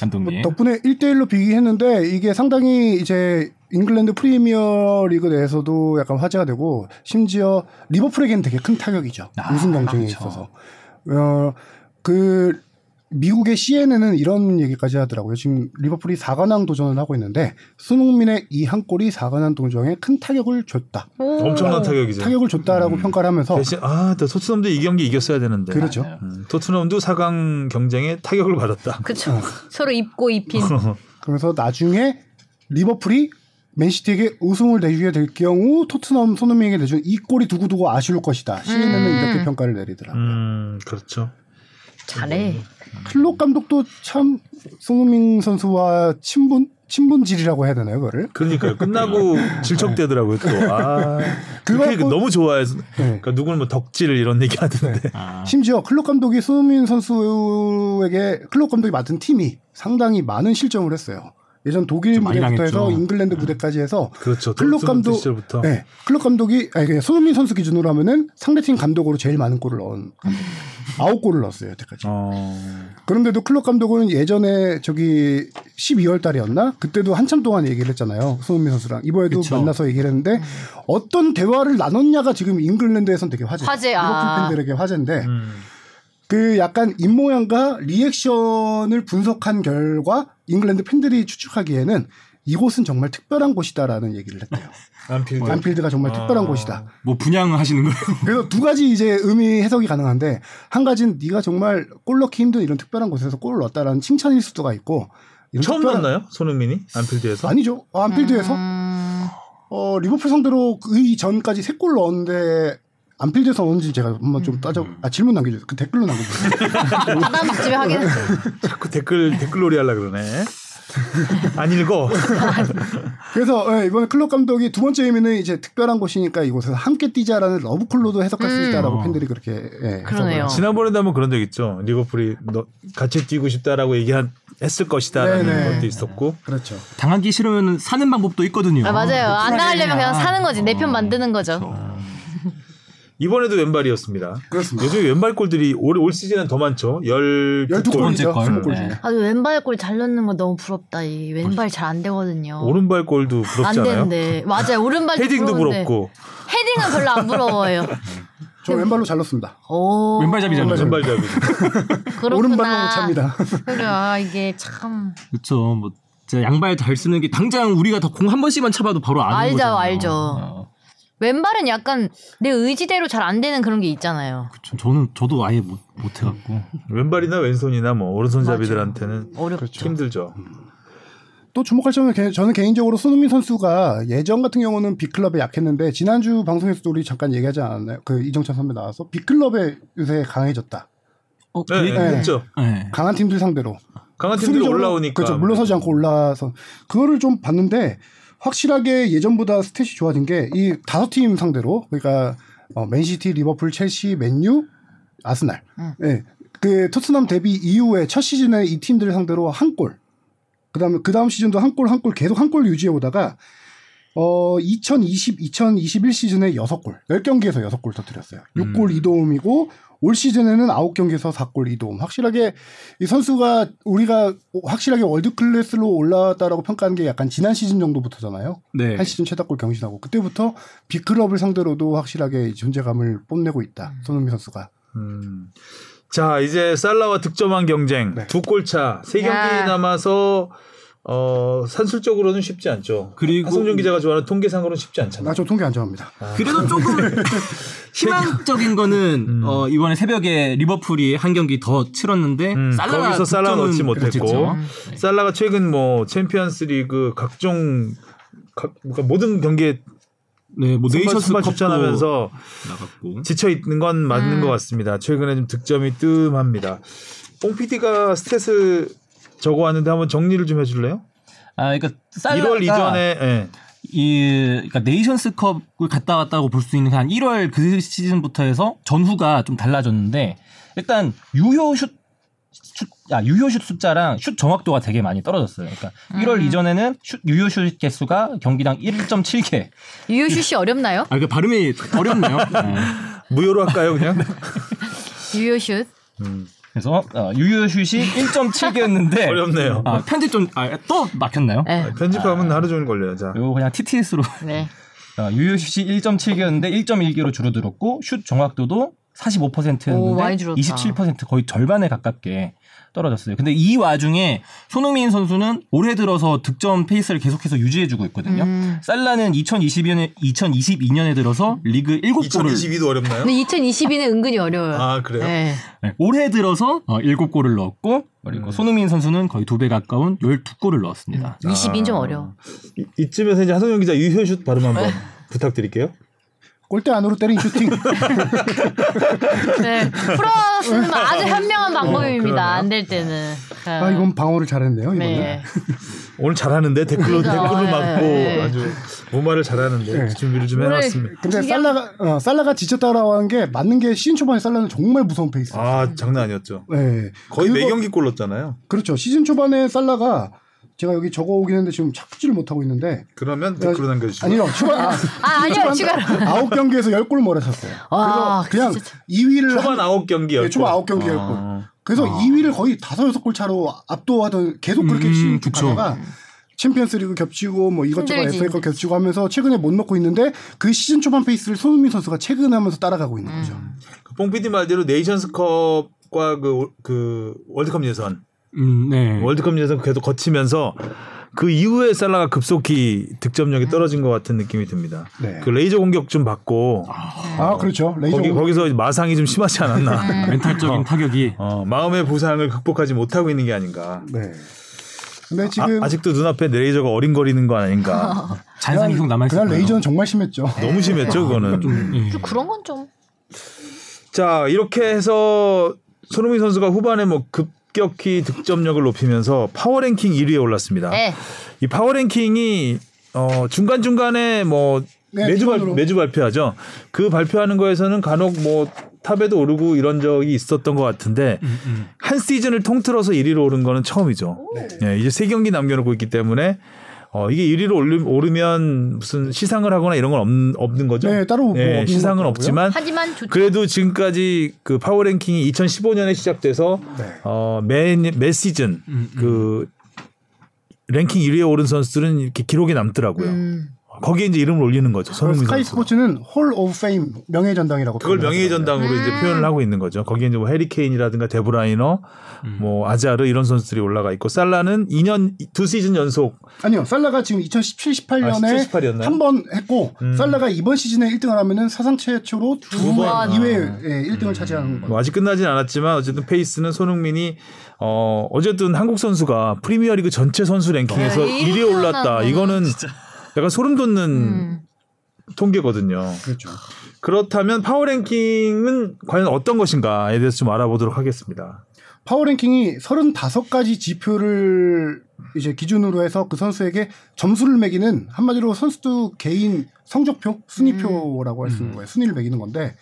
감독님.
덕분에 1대1로 비기했는데 이게 상당히 이제 잉글랜드 프리미어 리그 내에서도 약간 화제가 되고 심지어 리버풀에게는 되게 큰 타격이죠.
아,
우승 경쟁에
그렇죠.
있어서. 어, 그 미국의 CNN은 이런 얘기까지 하더라고요. 지금 리버풀이 4관왕 도전을 하고 있는데 손흥민의 이 한 골이 4관왕 도전에 큰 타격을 줬다.
오.
아,
엄청난 타격이죠.
타격을 줬다라고 평가를 하면서
네. 음. 대신 아, 나 토트넘도 이 경기 이겼어야 되는데.
그렇죠.
음, 토트넘도 4강 경쟁에 타격을 받았다.
그쵸. 서로 입고 입힌.
음.
그래서 나중에 리버풀이 맨시티에게 우승을 내주게 될 경우 토트넘 손흥민에게 내준 이 골이 두고두고 아쉬울 것이다. CNN은 이렇게 평가를 내리더라. 고
음, 그렇죠.
잘해.
클롭 감독도 참 손흥민 선수와 친분 친분질이라고 해야 되나요, 그거를?
그러니까요. 끝나고 질척대더라고요, 또.
(laughs)
아.
네. 그거
그게
갖고-
너무 좋아해서.
네.
그러니까 누구는 뭐 덕질 이런 얘기 하던데.
아,
심지어 클롭 감독이 손흥민 선수에게 클롭 감독이 맡은 팀이 상당히 많은 실점을 했어요. 예전 독일
좀 많이
무대부터 해서
당했죠. 네.
잉글랜드 무대까지 해서
그렇죠.
클럽
토트넘
감독-
시절부터.
네, 클럽 감독이 아니 그냥 손흥민 선수 기준으로 하면은 상대팀 감독으로 제일 많은 골을 넣은 감독. 아홉 골을 넣었어요 여태까지.
어.
그런데도 클럽 감독은 예전에 저기 12월 달이었나 그때도 한참 동안 얘기를 했잖아요 손흥민 선수랑 이번에도
그쵸.
만나서 얘기를 했는데 어떤 대화를 나눴냐가 지금 잉글랜드에선 되게 화제.
화제, 아.
리버풀 팬들에게 화제인데
음.
그 약간 입모양과 리액션을 분석한 결과 잉글랜드 팬들이 추측하기에는 이곳은 정말 특별한 곳이다라는 얘기를 했대요.
안필드.
안필드가 정말
아.
특별한 곳이다.
뭐 분양하시는 거예요? (laughs)
그래서 두 가지 이제 의미 해석이 가능한데 한 가지는 네가 정말 골 넣기 힘든 이런 특별한 곳에서 골을 넣었다라는 칭찬일 수도가 있고 이런
처음
특별한-
만나요? 손흥민이? 안필드에서?
아니죠 어, 안필드에서
음.
어, 리버풀 상대로 그이 전까지 세 골 넣었는데 안필드에서 넣은지 제가 한번 좀 따져 아 질문 남겨주세요 그 댓글로 남겨주세요
바다 막집에
(laughs)
하긴
자꾸 댓글, 댓글놀이 하려 그러네. 안 읽어.
그래서 예, 이번에 클럽 감독이 두 번째 의미는 이제 특별한 곳이니까 이곳에서 함께 뛰자라는 러브콜로도 해석할 수 있다라고
음.
팬들이 그렇게 예,
그러네요.
지난번에도 한번 그런 적 있죠. 리버풀이 너 같이 뛰고 싶다라고 얘기했을 것이다라는
네네.
것도 있었고.
그렇죠
당하기 싫으면 사는 방법도 있거든요.
아, 맞아요. 안 나가려면 그냥 사는 거지. 내 편
어,
만드는 거죠.
그렇죠.
이번에도 왼발이었습니다.
그렇습니다
요즘 왼발골들이 올, 올 시즌은 더 많죠.
12
12골.
번째
골이죠
골.
20골 중에
네.
아주 왼발 골 잘 넣는 거 너무 부럽다. 이 왼발 잘 안 되거든요.
오른발골도
어. 안
부럽지 않아요?
되는데 맞아요. 네. 오른발
헤딩도 부럽고
헤딩은 별로 안 부러워요.
저
음.
왼발로 잘 넣습니다
오
왼발잡이잖아요.
왼발잡이.
왼발잡이.
그렇구나.
오른발로 찹니다 (laughs)
그래 아, 이게 참
그렇죠. 뭐 진짜 양발 잘 쓰는 게 당장 우리가 더 공 한 번씩만 차봐도 바로 아는
알죠,
거잖아요.
알죠.
어.
왼발은 약간 내 의지대로 잘 안 되는 그런 게 있잖아요.
저- 저는 저도 아예 못, 못 해갖고
왼발이나 왼손이나 뭐 오른손잡이들한테는
그렇죠.
어렵죠.
힘들죠.
음. 또 주목할 점은 개- 저는 개인적으로 손흥민 선수가 예전 같은 경우는 빅클럽에 약했는데 지난주 방송에서도 우리 잠깐 얘기하지 않았나요? 그 이정찬 선배 나와서 빅클럽에 요새 강해졌다.
어, 그
네,
얘기-
네, 했죠.
네.
강한 팀들 상대로
강한 팀들이
수비적으로-
올라오니까
그렇죠. 물러서지 않고 올라서 그거를 좀 봤는데 확실하게 예전보다 스탯이 좋아진 게 이 다섯 팀 상대로 그러니까 어, 맨시티, 리버풀, 첼시, 맨유, 아스날.
음.
예. 그 토트넘 데뷔 이후에 첫 시즌에 이 팀들 상대로 한 골. 그다음에 그다음 시즌도 한 골 한 골 계속 한 골 유지해 오다가 어 2020, 2021 시즌에 여섯 골. 10경기에서 여섯 골 터뜨렸어요. 육 골 이도움이고올 시즌에는 아홉 경기에서 4골 이도움 확실하게 이 선수가 우리가 확실하게 월드 클래스로 올라왔다라고 평가하는 게 약간 지난 시즌 정도부터잖아요.
네.
한 시즌 최다골 경신하고 그때부터 빅클럽을 상대로도 확실하게 존재감을 뽐내고 있다. 손흥민 선수가.
음. 자 이제 살라와 득점한 경쟁
네.
두 골차 세 경기
야.
남아서 어, 산술적으로는 쉽지 않죠.
그리고-
하성준 기자가 좋아하는 통계상으로는 쉽지
나
않잖아요.
저 통계 안 좋아합니다.
그래도
(laughs)
조금 희망적인 거는
그러니까. 음.
어, 이번에 새벽에 리버풀이 한 경기 더 치렀는데
음,
살라가
거기서 살라
득점은
넣지
그렇겠죠. 네.
못했고 살라가 최근 뭐 챔피언스리그 각종 각- 그러니까 모든 경기에
네, 뭐
선발-
네이션스
선발
컵도
출전하면서
나갔고
지쳐 있는 건 맞는
음.
것 같습니다. 최근에 좀 득점이 뜸합니다. 뽕 PD가 스탯을 적어왔는데 한번 정리를 좀 해줄래요?
아, 그러니까 살라가
1월 이전에 예.
이 그러니까 네이션스컵을 갔다 왔다고 볼 수 있는 한 1월 그 시즌부터 해서 전후가 좀 달라졌는데 일단 유효 슛, 슛 아, 유효 슛 숫자랑 슛 정확도가 되게 많이 떨어졌어요. 그러니까 1월 이전에는 슛, 유효 슛 개수가 경기당 1.7개.
유효슛이 어렵나요?
아, 그 발음이 (laughs) 어렵네요.
무효로 할까요 그냥?
유효슛.
그래서 어, 유효 슛이 (laughs) 1.7개였는데
어렵네요.
아, 편집 좀 아, 또 막혔나요?
네.
아, 편집하면 하루 종일 걸려요. 자.
이거 그냥 TTS로
네.
어, 유효슛이 1.7개였는데 1.1개로 줄어들었고 슛 정확도도 45%였는데
오, 많이 줄었다.
27% 거의 절반에 가깝게 떨어졌어요. 근데 이 와중에 손흥민 선수는 올해 들어서 득점 페이스를 계속해서 유지해주고 있거든요.
음.
살라는 2022년에 2022년에 들어서 리그 7골을
2022도 어렵나요?
근데 2022는 은근히 어려워요.
아 그래요?
네.
올해 들어서 어, 7골을 넣었고 그리고
음.
손흥민 선수는 거의 두 배 가까운 12골을 넣었습니다.
22는 좀 어려워.
이- 이쯤에서 이제 하성영 기자 유효슛 발음 한번 부탁드릴게요.
골대 안으로 때린 슈팅.
네. 풀어쓰는 아주 현명한 방법입니다.
그러네요.
안 될 때는.
(laughs) 아 이건 방어를 잘했네요. 이번에.
네.
오늘 잘하는데 댓글로
그러니까,
댓글로
예,
맞고
예.
아주 무말을 잘하는데 준비를 좀
오늘-
해놨습니다.
근데 살라가 어, 살라가 지쳤다라고 하는 게 맞는 게 시즌 초반에 살라는 정말 무서운 페이스. 요
아 장난 아니었죠.
네.
거의
그거-
매경기 골 넣었잖아요.
그렇죠. 시즌 초반에 살라가 제가 여기 적어 오긴 했는데 지금 찾지를 못하고 있는데
그러면 댓글로 남겨주시고 (laughs)
아니요 초반
아, 아니요, 추가로.
아홉 경기에서 열 골을 몰아쳤어요.
와,
그래서 그냥 2위를
초반 9경기였고
네, 초반 아홉 경기 였고 그래서
아.
2위를 거의 다섯 여섯 골 차로 압도하던 계속 그렇게
음,
시즌
그쵸.
가다가 챔피언스리그 겹치고 뭐 이것저것
힘들지.
FA컵 겹치고 하면서 최근에 못 넣고 있는데 그 시즌 초반 페이스를 손흥민 선수가 최근하면서 따라가고 있는 거죠.
음,
그 뽕피디 말대로 네이션스컵과 그, 올- 그 월드컵 예선
음, 네.
월드컵 예선 계속 거치면서 그 이후에 살라가 급속히 득점력이 떨어진 것 같은 느낌이 듭니다.
음. 네.
그 레이저 공격 좀 받고
네.
아 그렇죠. 레이저 네.
거기,
공-
거기서 마상이 좀 심하지 않았나.
멘탈적인 타격이
어, 마음의 부상을 극복하지 못하고 있는 게 아닌가.
네. 근데 지금
아, 직도 눈앞에 레이저가 어린거리는 거
(laughs)
아닌가. 네.
잔상이 계속 남아 있어요. 음, 예.
그날 레이저는 정말 심했죠.
너무 심했죠, 그거는.
그런 건 좀.
자, 이렇게 해서 손흥민 선수가 후반에 뭐 급격히 득점력을 높이면서 파워랭킹 1위에 올랐습니다.
네.
이 파워랭킹이 어, 중간중간에 뭐
네,
매주, 발,
기본으로.
매주 발표하죠. 그 발표하는 거에서는 간혹 뭐 탑에도 오르고 이런 적이 있었던 것 같은데 한 시즌을 통틀어서 1위로 오른 거는 처음이죠. 예, 이제 세 경기 남겨놓고 있기 때문에 어, 이게 1위로 올리, 오르면 무슨 시상을 하거나 이런 건 없, 는 거죠.
네, 따로 뭐
예,
없는
시상은
것 같고요.
없지만
하지만 좋죠.
그래도 지금까지 그 파워 랭킹이 2015년에 시작돼서
네.
어, 매, 매 시즌
음,
그 랭킹 1위에 오른 선수들은 이렇게 기록이 남더라고요.
음.
아, 거기에 이제 이름을 올리는 거죠. 손흥민
스카이
선수.
스포츠는 홀 오브 페임 명예 전당이라고
그걸 명예의 전당으로 이제 표현을 하고 있는 거죠. 거기에 이제 뭐 해리케인이라든가 데브라이너,
음.
뭐 아자르 이런 선수들이 올라가 있고 살라는 2년 두 시즌 연속
아니요. 살라가 지금 2017,
아, 17,
18년에
18 이었나요?
한 번 했고
음.
살라가 이번 시즌에 1등을 하면은 사상 최초로
두
두
번.
번 이외에
아.
1등을 차지하는
뭐
거예요.
아직 끝나진 않았지만 어쨌든 페이스는 손흥민이 어 어쨌든 한국 선수가 프리미어리그 전체 선수 랭킹에서
야,
1위에
아, 이렇게
올랐다.
올라왔구나.
이거는 약간 소름 돋는
음.
통계거든요.
그렇죠.
그렇다면 파워 랭킹은 과연 어떤 것인가에 대해서 좀 알아보도록 하겠습니다.
파워랭킹이 35가지 지표를 이제 기준으로 해서 그 선수에게 점수를 매기는 한마디로 선수도 개인 성적표, 순위표라고 할 수 있는 거예요. 순위를 매기는 건데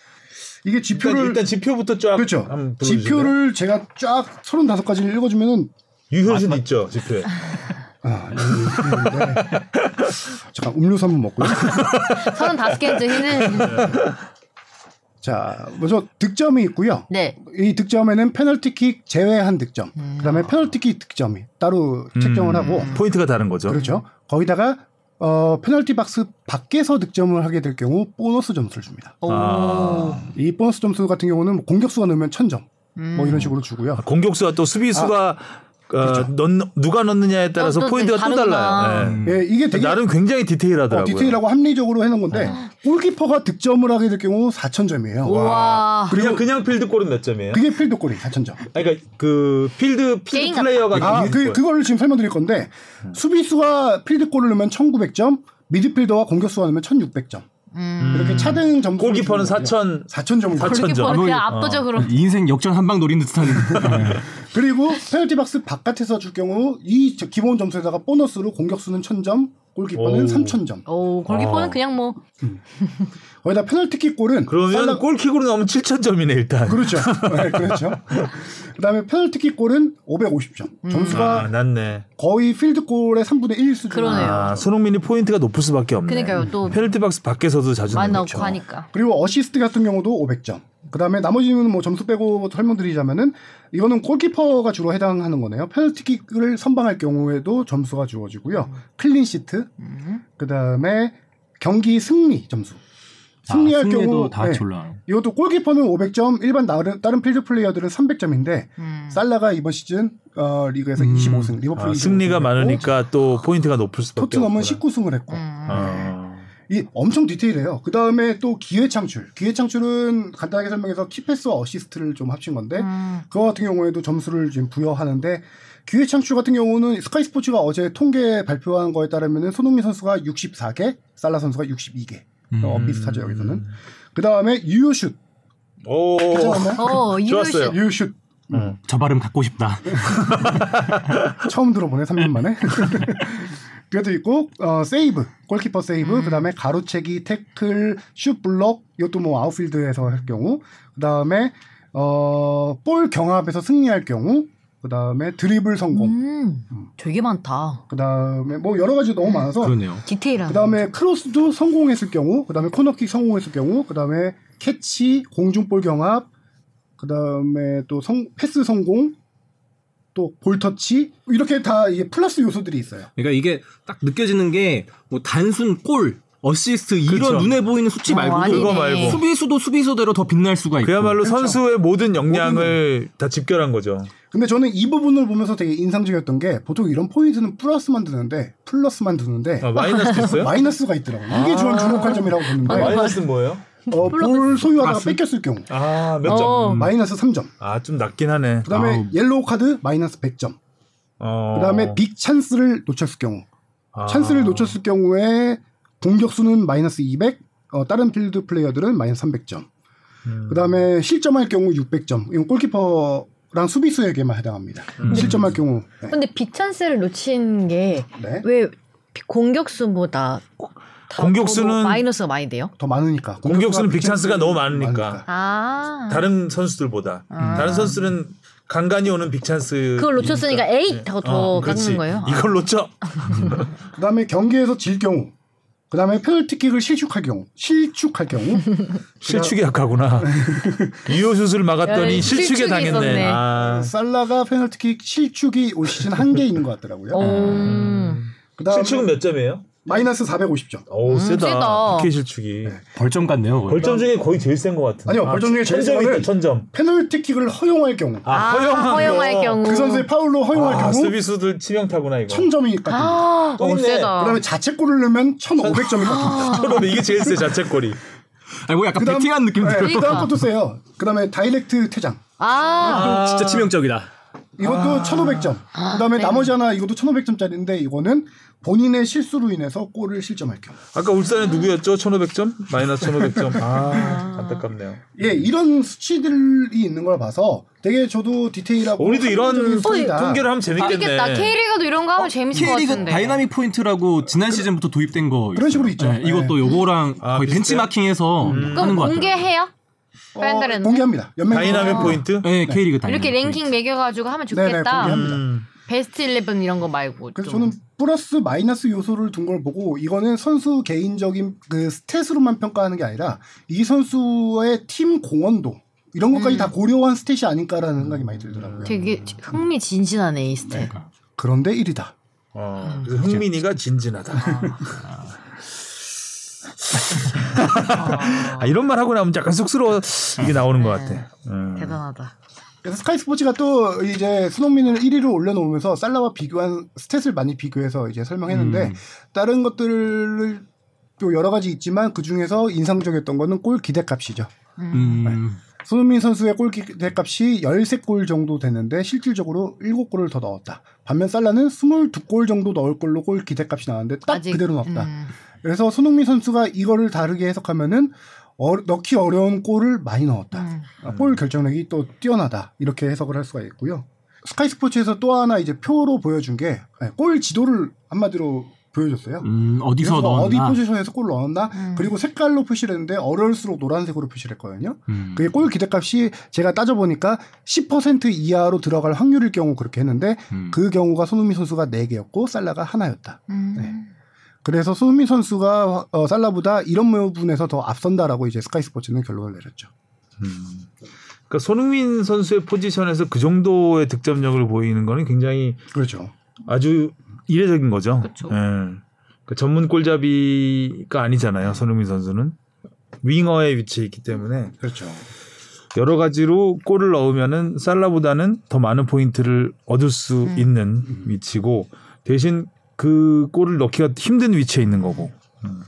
음.
이게
일단,
지표를
일단 지표부터 쫙
그렇죠.
한번 불러주실래요?
지표를 제가 쫙 35가지를 읽어주면은
유효진 있죠 지표에.
아, 데 (laughs) 잠깐 음료수 한번 먹고요.
35개는 좀 힘든.
자, 먼저 득점이 있고요.
네.
이 득점에는 페널티킥 제외한 득점, 그다음에 페널티킥 득점이 따로 음.
음.
책정을 하고
포인트가 다른 거죠.
그렇죠. 거기다가 어, 페널티 박스 밖에서 득점을 하게 될 경우 보너스 점수를 줍니다.
오.
아.
이 보너스 점수 같은 경우는 뭐 공격수가 넣으면 1000점
음,
뭐
음.
이런 식으로 주고요.
아, 공격수와 또 수비수가 어,
아, 그렇죠.
넣- 누가 넣느냐에 따라서
또- 또
포인트가 또
다르구나.
달라요. 예.
예, 이게 되게
나름 굉장히
어,
디테일하더라고요. 아.
디테일하고 합리적으로 해놓은 건데 골키퍼가 득점을 하게 될 경우 4000점이에요.
우와.
그냥 그냥 필드골은 몇 점이에요?
그게 필드골이 4000점.
아니, 그러니까 그 필드
게임
필드 음. 플레이어가
아,
그-
그,
그-
그걸 지금 설명드릴 건데, 수비수가 필드골을 넣으면 1900점, 미드필더와 공격수가 넣으면 1600점.
음.
음,
이렇게 차등 점수.
골키퍼는 4천 4,000
4,000점을
이렇게
천점. 아,
보면 그냥
어.
압도죠 그럼.
인생 역전 한 방 노린 (laughs) 듯한 아,
그리고 페널티 박스 바깥에서 줄 경우 이 저- 기본 점수에다가 보너스로 공격수는 1000점, 골키퍼는
오.
3000점.
오 골키퍼는
어.
그냥 뭐
거기다 페널티킥 골은
그러면
살라-
골킥으로 나오면 7천 점이네 일단.
그렇죠. (laughs) 네, 그렇죠. 그다음에 페널티킥 골은 550점.
음.
점수가
아, 낫네.
거의 필드골의 3분의 1 수준.
그러네요.
아, 손흥민이 포인트가 높을 수밖에 없네.
그러니까요, 또-
페널티 박스 밖에서도 자주
많이 넣고
넣는 거죠.
하니까.
그리고 어시스트 같은 경우도 500점. 그다음에 나머지는 뭐 점수 빼고 설명드리자면은 이거는 골키퍼가 주로 해당하는 거네요. 페널티킥을 선방할 경우에도 점수가 주어지고요. 클린 시트.
음,
그다음에 경기 승리 점수. 승리할 경우
아, 다
네.
같이 올라.
이것도 골키퍼는 500점, 일반 다른, 다른 필드 플레이어들은 300점인데
음.
살라가 이번 시즌 어, 리그에서 25승, 리버풀
아,
25승
승리가 많으니까 또 포인트가 높을 수밖에
토트넘은
없구나.
19승을
음.
했고
아.
이 엄청 디테일해요. 그 다음에 또 기회 창출. 기회 창출은 간단하게 설명해서 키패스와 어시스트를 좀 합친
음.
건데 그거 같은 경우에도 점수를 지금 부여하는데 기회 창출 같은 경우는 스카이 스포츠가 어제 통계 발표한 거에 따르면 손흥민 선수가 64개, 살라 선수가 62개. 어, 비슷하죠 여기서는. 그 다음에 유효슛.
(laughs)
오.
괜찮았나요?
어
좋았어요.
이효씨.
유효슛.
저 발음 갖고 싶다.
처음 들어보네 3년 만에. (laughs) 그것도 있고 어, 세이브 골키퍼 세이브 그다음에 가로채기 태클 슛 블럭 이것도 뭐 아웃필드에서 할 경우 그다음에 어, 볼 경합에서 승리할 경우 그다음에 드리블 성공
음 되게 많다.
그다음에 뭐 여러 가지 너무 많아서
그러네요.
디테일한.
그다음에 크로스도 성공했을 경우 그다음에 코너킥 성공했을 경우 그다음에 캐치 공중볼 경합 그다음에 또 성, 패스 성공 또 볼터치 이렇게 다 이게 플러스 요소들이 있어요.
그러니까 이게 딱 느껴지는 게 뭐 단순 골, 어시스트 이런
그렇죠.
눈에 보이는 수치
어,
말고도
아니네.
그거 말고.
수비수도 수비수대로 더 빛날 수가 있고.
그야말로 선수의 그렇죠. 모든 역량을 다 집결한 거죠.
근데 저는 이 부분을 보면서 되게 인상적이었던 게 보통 이런 포인트는 플러스만 드는데 플러스만 드는데
아, 마이너스 있어요?
마이너스가 있더라고요.
아.
이게 저는 주목할 점이라고 보는데
(laughs) 마이너스는 뭐예요?
어, 볼 소유하다가 뺏겼을 경우
음.
아, 몇 점?
어.
마이너스 3점.
아, 좀 낮긴 하네.
그다음에
아우.
옐로우 카드 마이너스 100점.
어.
그다음에 빅 찬스를 놓쳤을 경우
아.
찬스를 놓쳤을 경우에 공격수는 마이너스 200, 어, 다른 필드 플레이어들은 마이너스 300점. 그 다음에 실점할 경우 600점. 이건 골키퍼랑 수비수에게만 해당합니다.
음.
실점할 경우. 네.
근데 빅찬스를 놓친 게
네.
왜 공격수보다 다
공격수는-
더 마이너스가 많이 돼요?
더 많으니까.
공격수는 빅 찬스가 너무 많으니까.
아.
다른 선수들보다 다른 선수는 간간히 오는 빅 찬스
그걸 놓쳤으니까 에이 더 더
어, 그렇지.
깎는 거예요. 아.
이걸
(laughs)
놓쳐.
그 다음에 경기에서 질 경우. 그 다음에 페널티킥을 실축할 경우. 실축할 경우.
음. 실축이
(laughs)
약하구나. 이호슛을 막았더니
야,
실축에
실축이
당했네.
있었네.
아.
살라가 페널티킥 실축이 올 시즌 한 개 있는 것 같더라고요.
음.
그 다음에
어. 실축은 몇 점이에요?
마이너스 450점.
어우 세다.
세다.
국회 실축이.
벌점 같네요. 거의.
벌점 중에 거의 제일 센 것 같은데.
아니요, 벌점 중에 제일 센
천점
거는-
있다. 천점.
페널티킥을 허용할 경우.
아,
허용한
허용할
거.
경우.
그 선수의 파울로 허용할
아,
경우
수비수들 치명타구나 이거.
1000점이 깎입니다.
아,
또
어,
있네.
세다.
그다음에 자책골을 넣으면 1500점이 깎입니다.
아.
(laughs) 그러면 이게 제일 세 자책골이.
아니 뭐 약간
그다음-
배팅한 느낌 들어요.
네, 그다음
그러니까.
것도 세요. 그다음에 다이렉트 퇴장.
아,
진짜 치명적이다.
이것도 1500점. 그다음에
네.
나머지 하나 이것도 1500점짜리인데 이거는 본인의 실수로 인해서 골을 실점할 경우.
아까 울산에 누구였죠? 1500점? 마이너스 1500점. 아, 안타깝네요.
예, 이런 수치들이 있는 걸 봐서 되게 저도 디테일하고
우리도 이런
통계
통계를 하면 재밌겠네.
재밌겠다. K리그도 이런 거 하면 재밌을 것
K리그
같은데.
다이나믹 포인트라고 지난 시즌부터 도입된 거
그런 식으로 있죠.
네, 이것도 요거랑
아,
거의
비슷해요?
벤치마킹해서
그럼
하는 것 같아요.
공개해요?
어,
팬들은
공개합니다. 연맹
다이나믹
뭐.
포인트?
네, K리그 다
이렇게 랭킹 매겨가지고 하면
네네,
좋겠다.
공개합니다.
음.
베스트 11 이런 거 말고.
그래서
좀.
저는 플러스 마이너스 요소를 둔 걸 보고 이거는 선수 개인적인 그 스탯으로만 평가하는 게 아니라 이 선수의 팀 공헌도 이런 것까지 다 고려한 스탯이 아닐까라는 생각이 많이 들더라고요.
되게 흥미진진하네 이 스텝.
그런데 1위다.
음.
어, 그래서 흥민이가 진진하다.
어,
아, 이런 말 하고 나면 약간 쑥스러워 이게 나오는 것 같아. 음.
네. 대단하다.
그래서 스카이 스포츠가 또 이제 손흥민을 1위로 올려놓으면서 살라와 비교한 스탯을 많이 비교해서 이제 설명했는데 다른 것들을 또 여러 가지 있지만 그 중에서 인상적이었던 거는 골 기대값이죠.
음,
손흥민 선수의 골 기대값이 13골 정도 되는데 실질적으로 7골을 더 넣었다. 반면 살라는 22골 정도 넣을 걸로 골 기대값이 나왔는데 딱 그대로 넣었다.
음.
그래서 손흥민 선수가 이거를 다르게 해석하면은 어- 넣기 어려운 골을 많이 넣었다.
음.
아, 골 결정력이 또 뛰어나다. 이렇게 해석을 할 수가 있고요. 스카이 스포츠에서 또 하나 이제 표로 보여준 게 네, 골 지도를 한마디로 보여줬어요.
음, 어디서
그래서 어디
넣었나?
포지션에서 골 넣었나?
음.
그리고 색깔로 표시를 했는데 어려울수록 노란색으로 표시를 했거든요.
음.
그게 골 기대값이 제가 따져보니까 10% 이하로 들어갈 확률일 경우 그렇게 했는데
음.
그 경우가 손흥민 선수가 4개였고 살라가 하나였다.
음.
그래서 손흥민 선수가 어, 살라보다 이런 부분에서 더 앞선다라고 이제 스카이 스포츠는 결론을 내렸죠.
그러니까 손흥민 선수의 포지션에서 그 정도의 득점력을 보이는 거는 굉장히
그렇죠.
아주 이례적인 거죠.
그쵸.
예. 그러니까 전문 골잡이가 아니잖아요. 손흥민 선수는 윙어에 위치해 있기 때문에
그렇죠.
여러 가지로 골을 넣으면은 살라보다는 더 많은 포인트를 얻을 수 있는 위치고 대신 그 골을 넣기가 힘든 위치에 있는 거고 음.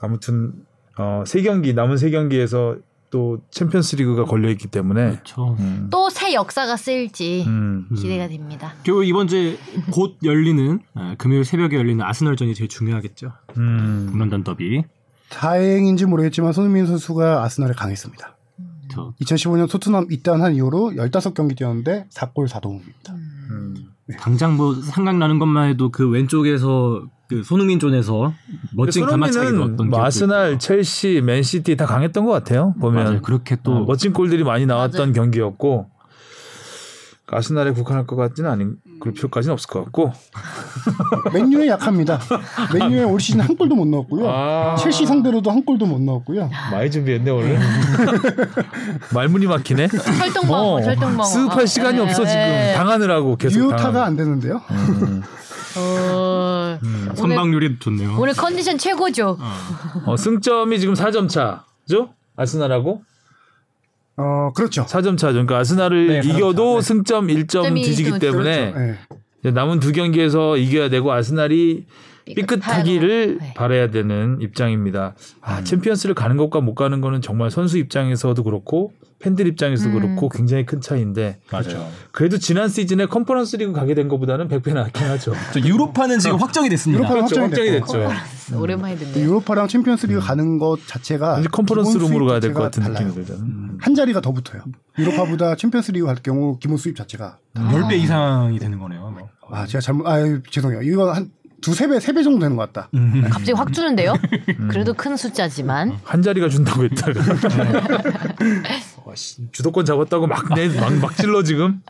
아무튼 어, 세 경기 남은 세 경기에서 또 챔피언스리그가 걸려 있기 때문에
그렇죠.
음.
또새 역사가 쓰일지
음.
기대가 됩니다.
그리고 이번 주에 곧 열리는 아, 금요일 새벽에 열리는 아스널전이 제일 중요하겠죠.
음.
런던 더비.
다행인지 모르겠지만 손흥민 선수가 아스날에 강했습니다.
저
2015년 토트넘 입단한 이후로 15경기 뛰었는데 4골 4도움입니다.
음.
당장 뭐 생각나는 것만 해도 그 왼쪽에서 그 손흥민 존에서 멋진 가마차기
손흥민은
넣었던
뭐
기억도
아스날,
있고요.
첼시, 맨시티 다 강했던 것 같아요. 보면
맞아요. 그렇게 또
어, 멋진 골들이 많이 나왔던
맞아요.
경기였고 아스날에 국한할 것 같지는 않은 그럴 필요까지는 없을 것 같고
맨유에 약합니다. 맨유에 올 시즌 한 골도 못
어,
넣었고요.
아.
첼시 상대로도 한 골도 못 넣었고요.
많이 준비했네
(laughs)
원래 말문이 막히네.
철동방어, 철동방어.
수급할 뭐, 시간이
네.
없어 지금
네.
당하느라고 계속. 음.
뉴타가
당하고.
안 되는데요.
어,
음,
선방률이 좋네요.
오늘 컨디션 최고죠.
어, 승점이 지금 4점 차죠? 아스날하고
어 그렇죠.
4점 차죠. 그러니까 아스날을
네,
그렇죠.
이겨도 승점 1점
점이
뒤지기
있으면
때문에
그렇죠.
네.
이제 남은 두 경기에서 이겨야 되고 아스날이 삐끗하기를
그러니까 네. 음.
바라야 되는 입장입니다. 아, 챔피언스를 가는 것과 못 가는 거는 정말 선수 입장에서도 그렇고 팬들 입장에서도
음.
그렇고 굉장히 큰 차이인데 그렇죠.
맞아요.
그래도 지난 시즌에 컨퍼런스 리그 가게 된 것보다는 100배 낫긴 하죠.
저 유로파는 지금 확정이 됐습니다.
유로파는
그렇죠. 확정이
확정이
됐죠.
네. 음.
음.
오랜만에 듣네요.
유로파랑 챔피언스리그 가는 것 자체가
이제 컨퍼런스
기본
룸으로
수입
가야 될 것 같은
자체가
느낌이
달라요. 음.
들잖아요.
한 자리가 더 붙어요. 유로파보다 챔피언스리그 갈 경우 기본 수입 자체가
10배 이상이 되는 거네요. 뭐.
아 제가 잘못 아 죄송해요. 이거 한 두세 배 세 배 정도 되는 것 같다.
음.
갑자기 확 주는데요? 그래도 큰 숫자지만.
한 자리가 준다고 했다가 (laughs) 와, 씨, 주도권 잡았다고 막내막막 질러 지금.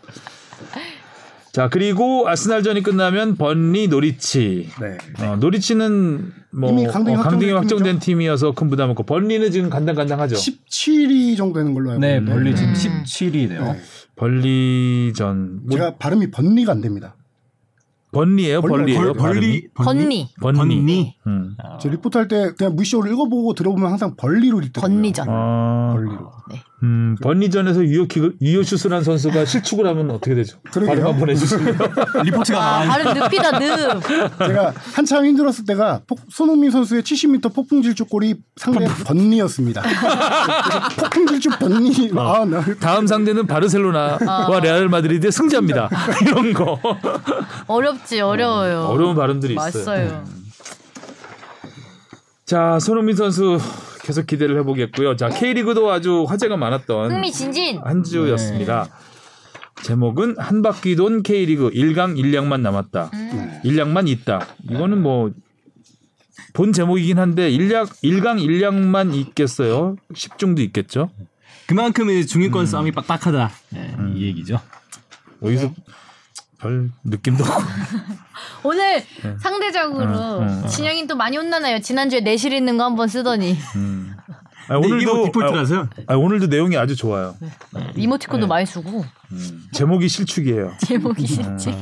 자 그리고 아스날전이 끝나면 번리 노리치
네.
어, 노리치는 뭐
이미 강등이
어, 강등이
확정된
확정된 팀이어서 큰 부담 없고 번리는 지금 간당간당하죠.
17위 정도 되는 걸로 알고
네,
있는데
멀리 지금
음.
17위네요.
네.
번리전 뭐
제가 발음이 번리가 안 됩니다.
번리예요,
벌리,
네, 벌리예요.
벌리
번리.
번리.
번리.
음.
아,
저 리포트 할 때 그냥 무시쇼를 읽어보고 들어보면 항상 벌리로 읽더라요
번리전. 네.
아,
벌리로.
음, 번리전에서 유효킥을 유효슛을 한 선수가 실축을 하면 어떻게 되죠?
그러게요.
발음만 보내주시면
(laughs)
(laughs) 리포트가
아,
나와요.
발음 늪이다 늪.
제가 한참 힘들었을 때가 폭- 손흥민 선수의 70m 폭풍 질주 골이 상대 번리였습니다. 그래서 폭풍 질주 번리. 아, 나
다음 상대는 바르셀로나와 레알 마드리드의 승자입니다. (laughs) 이런 거
어렵지 어려워요.
어려운 발음들이 있어요.
맞어요.
자, 손흥민 선수 계속 기대를 해보겠고요. 자, K리그도 아주 화제가 많았던
네, 흥미진진.
한 주였습니다.
네.
제목은 한 바퀴 돈 K리그 1강 1량만 남았다.
음.
1량만 있다. 이거는 뭐 본 제목이긴 한데 1량 1강 1량만 있겠어요. 10중도 있겠죠.
그만큼 이 중위권 싸움이 빡빡하다. 네, 이 얘기죠.
여기서 뭐
네.
별 느낌도 없고. 아,
오늘
음.
상대적으로 진영이 또 많이 혼나나요? 지난주에 내실 있는 거 한번 쓰더니
음. 아,
근데 이게 뭐 디폴트라서요.
아, 아, 오늘도 내용이 아주 좋아요.
네.
네.
이모티콘도 많이 쓰고 (laughs)
제목이 실축이에요.
제목이
음.
실제.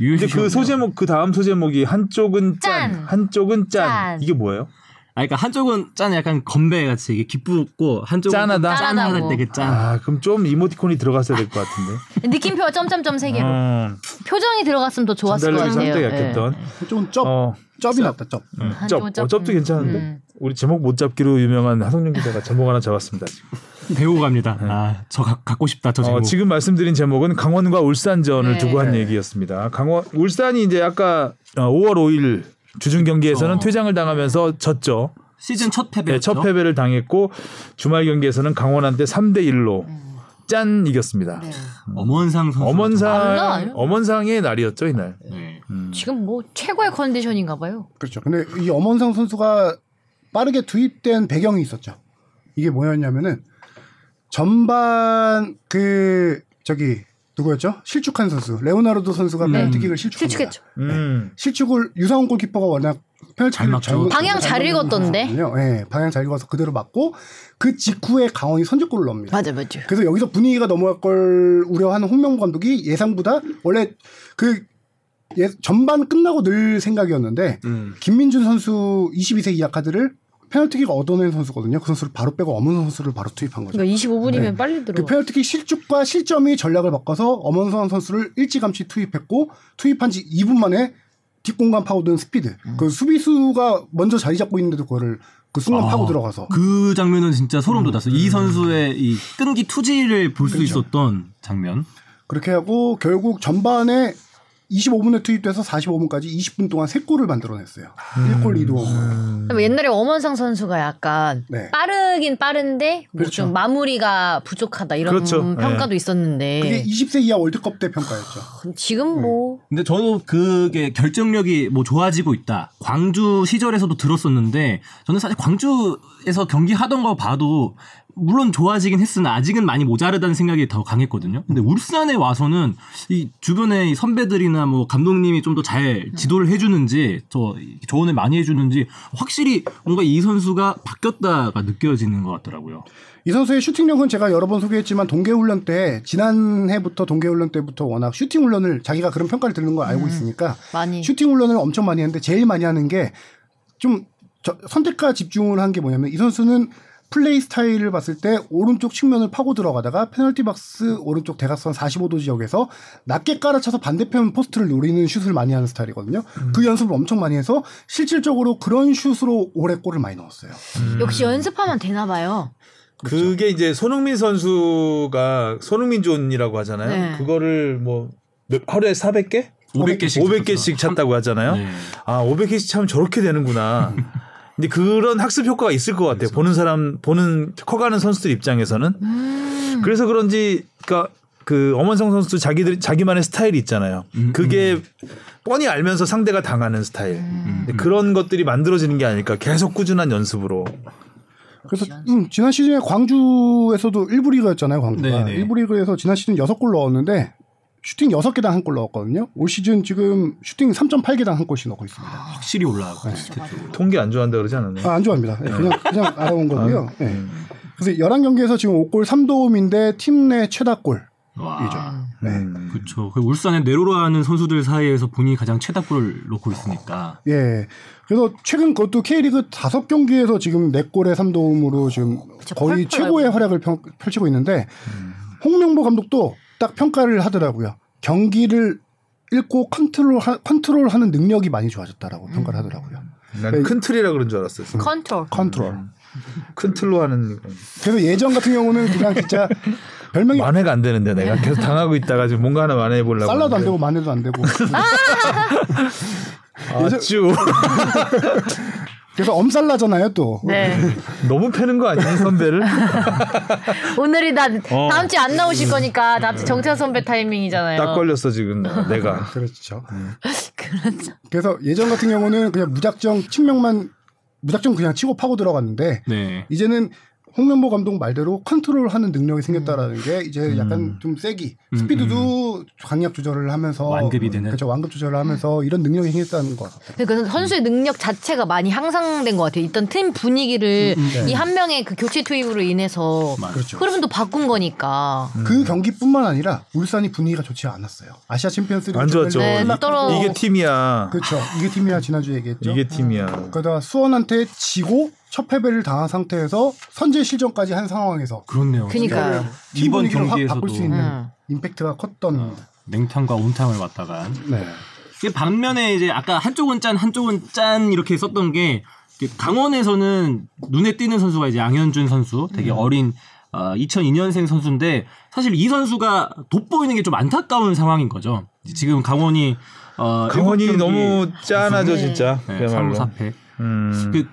근데 그 소제목 그 다음 소제목이 한쪽은 짠,
짠.
한쪽은 짠.
짠.
이게 뭐예요?
아, 그러니까 한쪽은 짠 약간 건배 같이 이게 기쁘고 한쪽은
짠하다?
짠하다
짠하다고.
때그 짠.
아 그럼 좀 이모티콘이 들어갔어야 될 것 같은데.
느낌표와 점점점 세 개로
음,
표정이 들어갔으면 더 좋았을 것
전달력이
같아요.
상당히
예.
약했던.
좀 쩝,
어,
쩝이 났다, 쩝.
쩝.
한쪽은
어, 쩝도 괜찮은데.
음.
우리 제목 못 잡기로 유명한 하성룡 기자가 제목 하나 잡았습니다. 지금.
배우 갑니다. 아, 저 가- 갖고 싶다. 저 제목.
어, 지금 말씀드린 제목은 강원과 울산전을
네.
두고 한 얘기였습니다. 강원 울산이 이제 아까 어, 5월 5일 주중 경기에서는
어.
퇴장을 당하면서 졌죠.
시즌
네,
첫 패배였죠.
첫 패배를 당했고 주말 경기에서는 강원한테 3대 1로 짠 이겼습니다.
네.
엄원상 선수.
아,
엄원상
물론.
엄원상의 날이었죠 이날.
네.
지금 뭐 최고의 컨디션인가 봐요.
그렇죠. 근데 이 엄원상 선수가 빠르게 투입된 배경이 있었죠. 이게 뭐였냐면은 전반 그 저기 누구였죠? 실축한 선수 레오나르도 선수가
네.
페널티킥을 실축합니다.
실축했죠.
음.
실축을 유상훈 골키퍼가 워낙
잘
페널티킥을
막죠.
방향 잘 읽었던데?
요 예, 방향 잘 읽어서 그대로 맞고 그 직후에 강원이 선제골을 넣습니다.
맞아 맞아.
그래서 여기서 분위기가 넘어갈 걸 우려하는 홍명 감독이 예상보다 원래 그 예, 전반 끝나고 늘 생각이었는데
음.
김민준 선수 22세 이하 카드를 페널티킥 얻어낸 선수거든요. 그 선수를 바로 빼고 엄은 선수를 바로 투입한 거죠.
그러니까 25분이면
네.
빨리 들어.
그 페널티킥 실축과 실점이 전략을 바꿔서 엄원선 선수를 일찌감치 투입했고 투입한 지 2분 만에 뒷공간 파고드는 스피드. 그 수비수가 먼저 자리 잡고 있는데도 그거를 그 순간
아.
파고 들어가서
그 장면은 진짜 소름 돋았어요. 이 선수의 이 끈기 투지를 볼 수 있었던 장면.
그렇게 하고 결국 전반에 25분에 투입돼서 45분까지 20분 동안 3골을 만들어냈어요. 1골 2도움.
옛날에 엄원상 선수가 약간
네. 그렇죠.
빠르긴 빠른데 뭐좀 마무리가 부족하다 이런
그렇죠.
평가도
그게
있었는데
20세 이하 음. 월드컵 때 평가였죠.
지금 뭐
근데 저도 그게 결정력이 뭐 좋아지고 있다. 광주 시절에서도 들었었는데 저는 사실 광주에서 경기하던 거 봐도 물론 좋아지긴 했으나 아직은 많이 모자르다는 생각이 더 강했거든요. 근데 울산에 와서는 이 주변의 이 선배들이나 뭐 감독님이 좀 더 잘 지도를 해주는지 저 조언을 많이 해주는지 확실히 뭔가 이 선수가 바뀌었다가 느껴지는 것 같더라고요.
이 선수의 슈팅력은 제가 여러 번 소개했지만 동계훈련 때 지난해부터 동계훈련 때부터 워낙 슈팅훈련을 자기가 그런 평가를 듣는 걸 알고 있으니까
많이
슈팅훈련을 엄청 많이 했는데 제일 많이 하는 게 좀 선택과 집중을 한 게 뭐냐면 이 선수는 플레이 스타일을 봤을 때 오른쪽 측면을 파고 들어가다가 페널티 박스 오른쪽 대각선 45도 지역에서 낮게 깔아차서 반대편 포스트를 노리는 슛을 많이 하는 스타일이거든요. 그 연습을 엄청 많이 해서 실질적으로 그런 슛으로 올해 골을 많이 넣었어요.
역시
음.
연습하면 되나 봐요.
그게 이제 손흥민 선수가 손흥민 존이라고 하잖아요.
네.
그거를 뭐 몇- 하루에 400개?
500개씩
500개씩 찾다고 하잖아요.
네.
아, 500개씩 차면 저렇게
(laughs)
되는구나. 근데 그런 학습 효과가 있을 것
그렇죠.
같아요. 보는 사람, 보는 커가는 선수들 입장에서는.
음.
음.
그래서 그런지 그러니까 그 엄원성 선수 자기들 자기만의 스타일이 있잖아요.
음,
그게 뻔히 알면서 상대가 당하는 스타일.
음,
근데 그런 것들이 만들어지는 게 아닐까. 계속 꾸준한 연습으로.
그래서 음, 지난 시즌에 광주에서도 1부 리그였잖아요, 광주가.
네네.
일 1부 리그에서 지난 시즌 6골 넣었는데 슈팅 6개당 한 골 넣었거든요. 올 시즌 지금 슈팅 3.8개당 한 골씩 넣고 있습니다.
확실히 올라가고
통계 안 좋아한다 그러지 않았나요? 음.
아, 안 좋아합니다. 예, 그냥 그냥 알아본 거고요. 예.
네.
그래서 11경기에서 지금 5골 네. 3도움인데 팀 내 최다골.
와.
음.
그렇죠. 그 울산의 네로라는 선수들 사이에서 본인이 가장 최다골을 놓고 있으니까
예. 그래서 최근 그것도 K리그 다섯 경기에서 지금 네 골에 삼 도움으로 지금
그쵸,
거의
펄펄
최고의 활약을 펼- 펼치고 있는데 홍명보 감독도 딱 평가를 하더라고요. 경기를 읽고 컨트롤 컨트롤하는 능력이 많이 좋아졌다라고 평가를
음.
하더라고요.
난 큰 틀이라 그런 줄 알았어요.
컨트롤.
컨트롤.
큰 틀로 하는 그런.
그래서 예전 같은 경우는 그냥 진짜 별명이
만회가 안 되는데 내가 계속 당하고 있다가 지금 뭔가 하나 만회해 보려고.
살라도 안 되고 마네도 안 되고
아, 쭉
그래서 엄살라잖아요 또. (laughs)
네.
(laughs) 너무 패는 거 아니야 선배를?
오늘이 나 다음 주에 안 나오실 거니까 다음 주 정찬 선배 타이밍이잖아요.
어. 네. 딱 걸렸어 지금 내가.
그렇죠.
그렇죠.
그래서 예전 같은 경우는 그냥 무작정 측면만 무작정 그냥 치고 파고 들어갔는데
네.
이제는 홍명보 감독 말대로 컨트롤하는 능력이 생겼다라는 게 이제 약간 좀 세기
음,
스피드도 강약 조절을 하면서
완급이 되는.
그렇죠 완급 조절을 하면서 이런 능력이 생겼다는 거 같아요.
그러니까 선수의 능력 자체가 많이 향상된 것 같아요. 있던 팀 분위기를 이 한 명의 그 교체 투입으로 인해서
그렇죠.
흐름도 바꾼 거니까.
그 경기뿐만 아니라 울산이 분위기가 좋지 않았어요. 아시아 챔피언스리그
안 좋았죠.
네,
이-
떨어-
이게 팀이야.
그렇죠. 네. 이게 팀이야 지난주에 얘기했죠.
이게 팀이야.
그러다가 수원한테 지고 첫 패배를 당한 상태에서 선제 실점까지 한 상황에서
그렇네요.
그니까요.
팀
이번
분위기를 확
경기에서도. 어.
바꿀 수 있는
음.
임팩트가 컸던
냉탕과 온탕을 왔다가
네.
이게 반면에 이제 아까 한쪽은 짠 한쪽은 짠 이렇게 썼던 게 이게 강원에서는 눈에 띄는 선수가 이제 양현준 선수 되게 어린 어, 2002년생 선수인데 사실 이 선수가 돋보이는 게 좀 안타까운 상황인 거죠. 지금 강원이 어,
강원이
일곱 경기
너무 짠하죠 진짜.
네,
그야말로.
3, 4패.
음.
그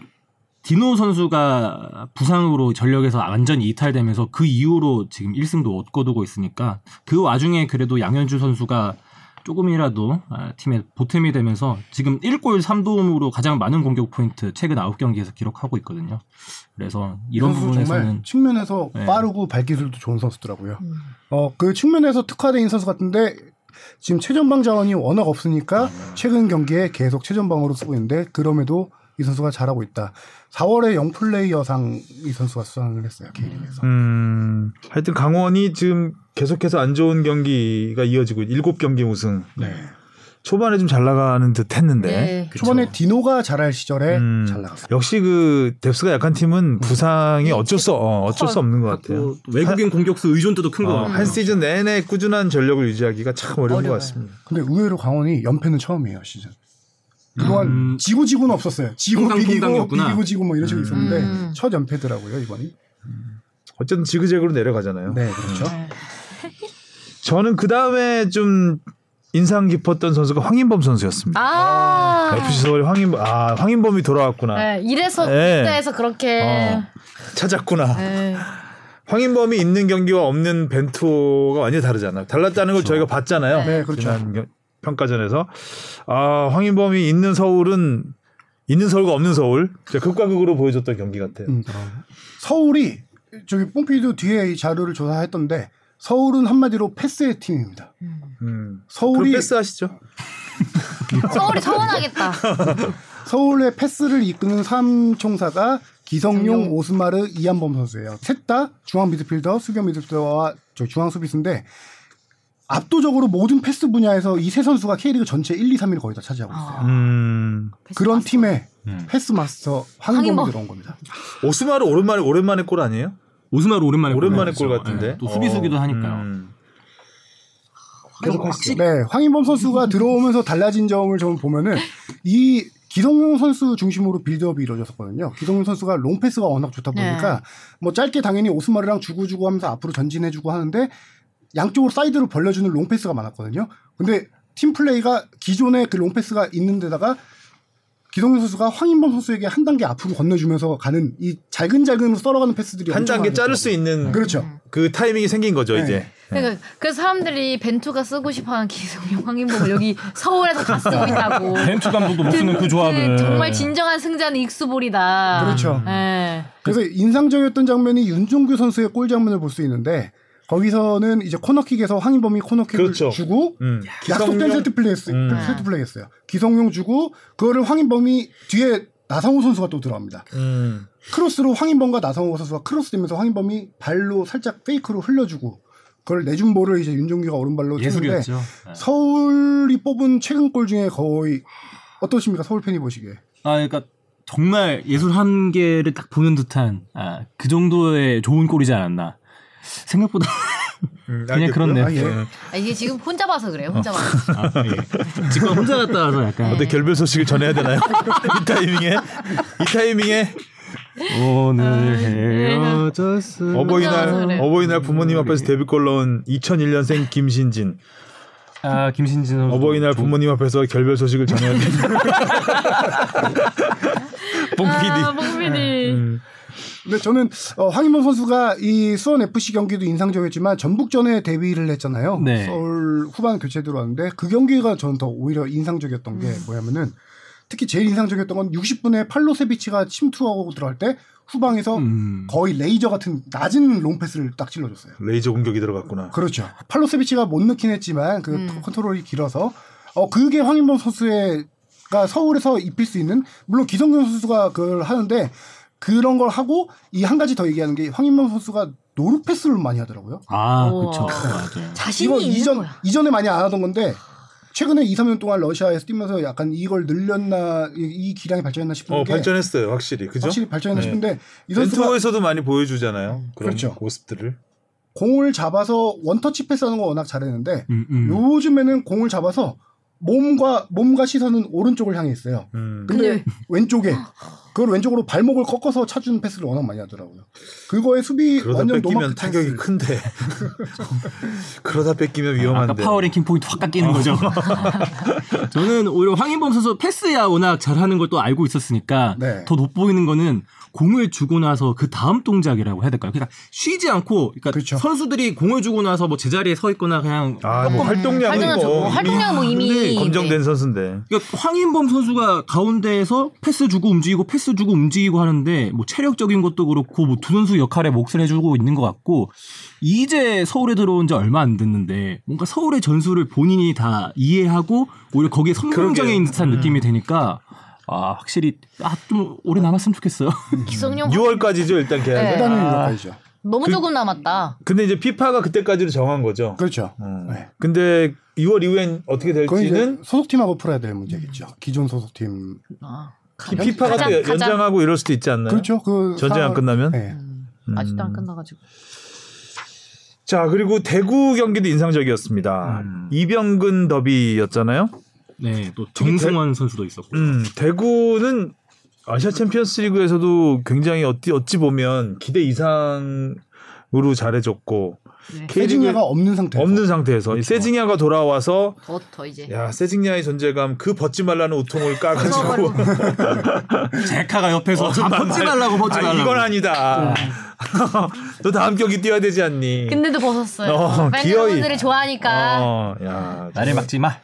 디노 선수가 부상으로 전력에서 완전히 이탈되면서 그 이후로 지금 1승도 못 거두고 있으니까 그 와중에 그래도 양현주 선수가 조금이라도 아, 팀에 보탬이 되면서 지금 1골 3도움으로 가장 많은 공격 포인트 최근 9경기에서 기록하고 있거든요. 그래서 이런
선수 정말
부분에서는
측면에서
네.
빠르고 발기술도 좋은 선수더라고요. 어, 그 측면에서 특화된 선수 같은데 지금 최전방 자원이 워낙 없으니까
네.
최근 경기에 계속 최전방으로 쓰고 있는데 그럼에도 이 선수가 잘하고 있다. 4월에 영플레이어상 이 선수가 수상을 했어요. K리그에서.
음, 하여튼 강원이 지금 계속해서 안 좋은 경기가 이어지고 일곱 경기 우승. 초반에 좀 잘 나가는 듯 했는데.
네.
네. 초반에 디노가 잘할 시절에
음,
잘 나갔어요. 음.
역시 그 뎁스가 약한 팀은 부상이 어쩔 수 어, 어쩔 수 없는 것
그
같아요.
외국인 공격수 의존도도 큰
어,
음.
한 시즌 내내 꾸준한 전력을 유지하기가 참 어려운 것 같습니다.
근데 의외로 강원이 연패는 처음이에요 시즌. 그동안
음.
지고 지고는 없었어요. 지고
통상
비기고
통상이었구나.
비기고 지고 뭐 이런 식으로 있었는데
음.
첫 연패더라고요 이번이.
어쨌든 지그재그로 내려가잖아요.
네 그렇죠.
저는 그 다음에 좀 인상 깊었던 선수가 황인범 선수였습니다.
아.
FC 서울 황인범 아 황인범이 돌아왔구나.
네, 이래서
네.
국가에서 그렇게
어, 찾았구나.
네.
황인범이 있는 경기와 없는 벤투가 완전히 다르잖아요. 달랐다는 걸 저희가 봤잖아요.
네, 그렇죠.
지난 겨- 평가전에서 아 황인범이 있는 서울은 있는 서울과 없는 서울 진짜 극과 극으로 보여줬던 경기 같아요.
음. 서울이 저기 뽕피도 뒤에 이 자료를 조사했던데 서울은 한마디로 패스의 팀입니다.
음.
서울이
그럼 패스하시죠.
서울이 서운하겠다.
서울의 패스를 이끄는 삼총사가 기성용, 오스마르, 이한범 선수예요. 셋 다 중앙 미드필더, 수비 미드필더와 저 중앙 수비수인데 압도적으로 모든 패스 분야에서 이 세 선수가 K리그 전체 1, 2, 3위를 거의 다 차지하고 있어요.
음.
그런 팀에 패스 마스터
황인범.
황인범이 들어온 겁니다.
오스마르 오랜만에 오랜만에 골 아니에요?
오스마르 오랜만에
오랜만에
골
골
넣었죠.
같은데.
네, 또 수비수기도
어,
하니까요.
음.
그래서
계속하시죠.
확실히 음.
네, 황인범 선수가 들어오면서 달라진 점을 좀 보면은 이 기성용 선수 중심으로 빌드업이 이루어졌었거든요. 기성용 선수가 롱패스가 워낙 좋다 보니까
네.
뭐 짧게 당연히 오스마르랑 주고주고 하면서 앞으로 전진해주고 하는데 양쪽으로 사이드로 벌려주는 롱패스가 많았거든요. 근데 팀 플레이가 기존에 그 롱패스가 있는 데다가 기성용 선수가 황인범 선수에게 한 단계 앞으로 건너주면서 가는 이 잘근잘근 썰어가는 패스들이
한
엄청
단계
많이
자를 수 있는 그,
그렇죠.
음.
타이밍이 생긴 거죠
네.
이제.
그러니까 그래서 사람들이 벤투가 쓰고 싶어하는 기성용 황인범을 여기 서울에서 다 쓰고 있다고.
네.
네,
벤투 감독도 못 쓰는 그 조합을
정말 진정한 승자는 익수볼이다.
아.
그렇죠.
예.
그래서 인상적이었던 장면이 윤종규 선수의 골 장면을 볼 수 있는데 거기서는 이제 코너킥에서 황인범이 코너킥을
그렇죠.
주고
음.
약속된
기성용-
세트 플레이했어요.
음.
세트 플레이했어요. 기성용 주고 그거를 황인범이 뒤에 나상호 선수가 또 들어갑니다.
음.
크로스로 황인범과 나상호 선수가 크로스되면서 황인범이 발로 살짝 페이크로 흘려주고 그걸 내준 볼을 이제 윤종규가 오른발로 쳤는데
예술이었죠. 네.
서울이 뽑은 최근 골 중에 거의 어떠십니까 서울 팬이 보시기에
아, 그러니까 정말 예술 한계를 딱 보는 듯한 아, 그 정도의 좋은 꼴이지 않았나. 생각보다 (laughs) 그냥 그렇네요.
아, 예.
음.
아, 이게 지금 혼자 봐서 그래요. 혼자 봐서.
아, 예. 직관 혼자 갔다 와서 약간
근데 결별 소식을 전해야 되나요? 이 타이밍에 이 타이밍에
아,
오늘
네.
헤어졌어.
혼자 와서 그래.
어버이날 어버이날 부모님 앞에서 데뷔골 넣은 2001년생 김신진
아 김신진 선수.
어버이날 부모님 앞에서 결별 소식을 전해야 된다. 봉
아,
PD. 네.
봉민이.
음.
근데 저는 어, 황인범 선수가 이 수원 FC 경기도 인상적이었지만 전북전에 데뷔를 했잖아요.
네.
서울 후반 교체 들어왔는데 그 경기가 저는 더 오히려 인상적이었던 게 뭐냐면은 특히 제일 인상적이었던 건 60분에 팔로세비치가 침투하고 들어갈 때 후방에서
음.
거의 레이저 같은 낮은 롱패스를 딱 찔러줬어요.
레이저 공격이 들어갔구나.
그렇죠. 팔로세비치가 못 넣긴 했지만 그
음.
컨트롤이 길어서 어 그게 황인범 선수의 가 서울에서 입힐 수 있는 물론 기성균 선수가 그걸 하는데 그런 걸 하고 이 한 가지 더 얘기하는 게 황인범 선수가 노루 패스를 많이 하더라고요.
아
우와.
그쵸 맞아요.
자신이 있는
이전
거야.
이전에 많이 안 하던 건데 최근에 2, 3년 동안 러시아에서 뛰면서 약간 이걸 늘렸나 이, 이 기량이 발전했나 싶은
어
게
발전했어요 확실히 그죠?
확실히 발전했나
네.
싶은데 이 선수가
벤투호에서도 많이 보여주잖아요. 그런
그렇죠.
모습들을.
공을 잡아서 원터치 패스하는 거 워낙 잘했는데
음, 음.
요즘에는 공을 잡아서 몸과 몸과 시선은 오른쪽을 향해 있어요.
음.
근데 왼쪽에 그걸 왼쪽으로 발목을 꺾어서 차주는 패스를 워낙 많이 하더라고요. 그거에 수비
그러다
완전
뺏기면
노마크
타격이
찬스.
큰데 그러다 뺏기면
아까
위험한데.
파워랭킹 포인트 확 깎이는 거죠. 저는 오히려 황인범 선수 패스야 워낙 잘하는 걸 또 알고 있었으니까
네.
더 돋보이는 거는 공을 주고 나서 그 다음 동작이라고 해야 될까요? 그러니까 쉬지 않고 그러니까
그렇죠.
선수들이 공을 주고 나서 뭐 제자리에 서 있거나 그냥
아, 뭐 활동량은
활동량
뭐
뭐, 활동량 뭐 이미
검정된 선수인데.
그러니까 황인범 선수가 가운데에서 패스 주고 움직이고 패스 주고 움직이고 하는데 뭐 체력적인 것도 그렇고 뭐 두 선수 역할에 몫을 해주고 있는 것 같고 이제 서울에 들어온 지 얼마 안 됐는데 뭔가 서울의 전술을 본인이 다 이해하고 오히려 거기에 성공장애 있는 듯한 느낌이 되니까 아 확실히 아 좀 오래 남았으면 좋겠어요.
음.
기성용
6월까지죠 일단 계약.
네.
이
대단히 유력하죠.
너무
그-
조금 남았다.
근데 이제 피파가 그때까지로 정한 거죠.
그렇죠.
음.
네.
근데 6월 이후엔 어떻게
그건 이제
될지는 네.
소속팀하고 풀어야 될 문제겠죠. 기존 소속팀
아,
피- 피파가
가장-
또 연-
가장-
연장하고 이럴 수도 있지 않나요?
그렇죠. 그
전쟁 안
상황-
끝나면.
네.
음, 아직도 안 끝나가지고.
자 그리고 대구 경기도 인상적이었습니다.
음.
이병근 더비였잖아요.
(laughs) 네, 또 정승원 선수도 있었고.
음, 대구는 아시아 챔피언스리그에서도 굉장히 어찌 어찌 보면 기대 이상으로 잘해줬고
네.
K리그
세징야가 그렇죠. 없는 상태.
없는 상태에서 이 세징야가 돌아와서
더, 더 (laughs) 이제.
야 세징야의 존재감 그 벗지 말라는 우통을 까가지고
제카가 옆에서 아, 벗지 말라고 벗지
아,
말라고. 네.
이건 아니다. (laughs) 너 다음 경기 뛰어야 되지 않니?
근데도 벗었어요.
어,
팬
기어이.
여러분들을 좋아하니까.
어, 야,
나를 막지 마.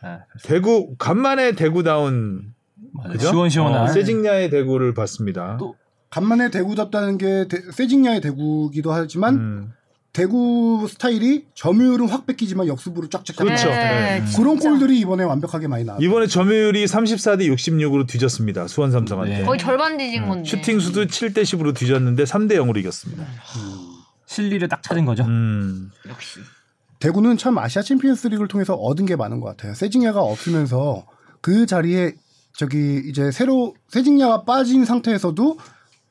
아,
대구 간만에 대구다운
맞아요.
그죠?
네, 시원시원한.
어, 세징야의 대구를 봤습니다.
또-
간만에 대구 잡다는 게 대- 세징야의 대구기도 하지만
음.
대구 스타일이 점유율은 확 뺏기지만 역습으로 쫙쫙
그렇죠.
잡아요.
네.
그런
진짜.
골들이 이번에 완벽하게 많이 나왔어요.
이번에 점유율이 34대 66으로 뒤졌습니다. 수원 삼성한테.
네.
거의 절반 뒤진 건데.
음, 슈팅 수도 7대 10으로 뒤졌는데 3대 0으로 이겼습니다.
네. 실리를 딱 찾은 거죠.
음.
역시.
대구는 참 아시아 챔피언스리그를 통해서 얻은 게 많은 것 같아요. 세징야가 없으면서 그 자리에 저기 이제 새로 세징야가 빠진 상태에서도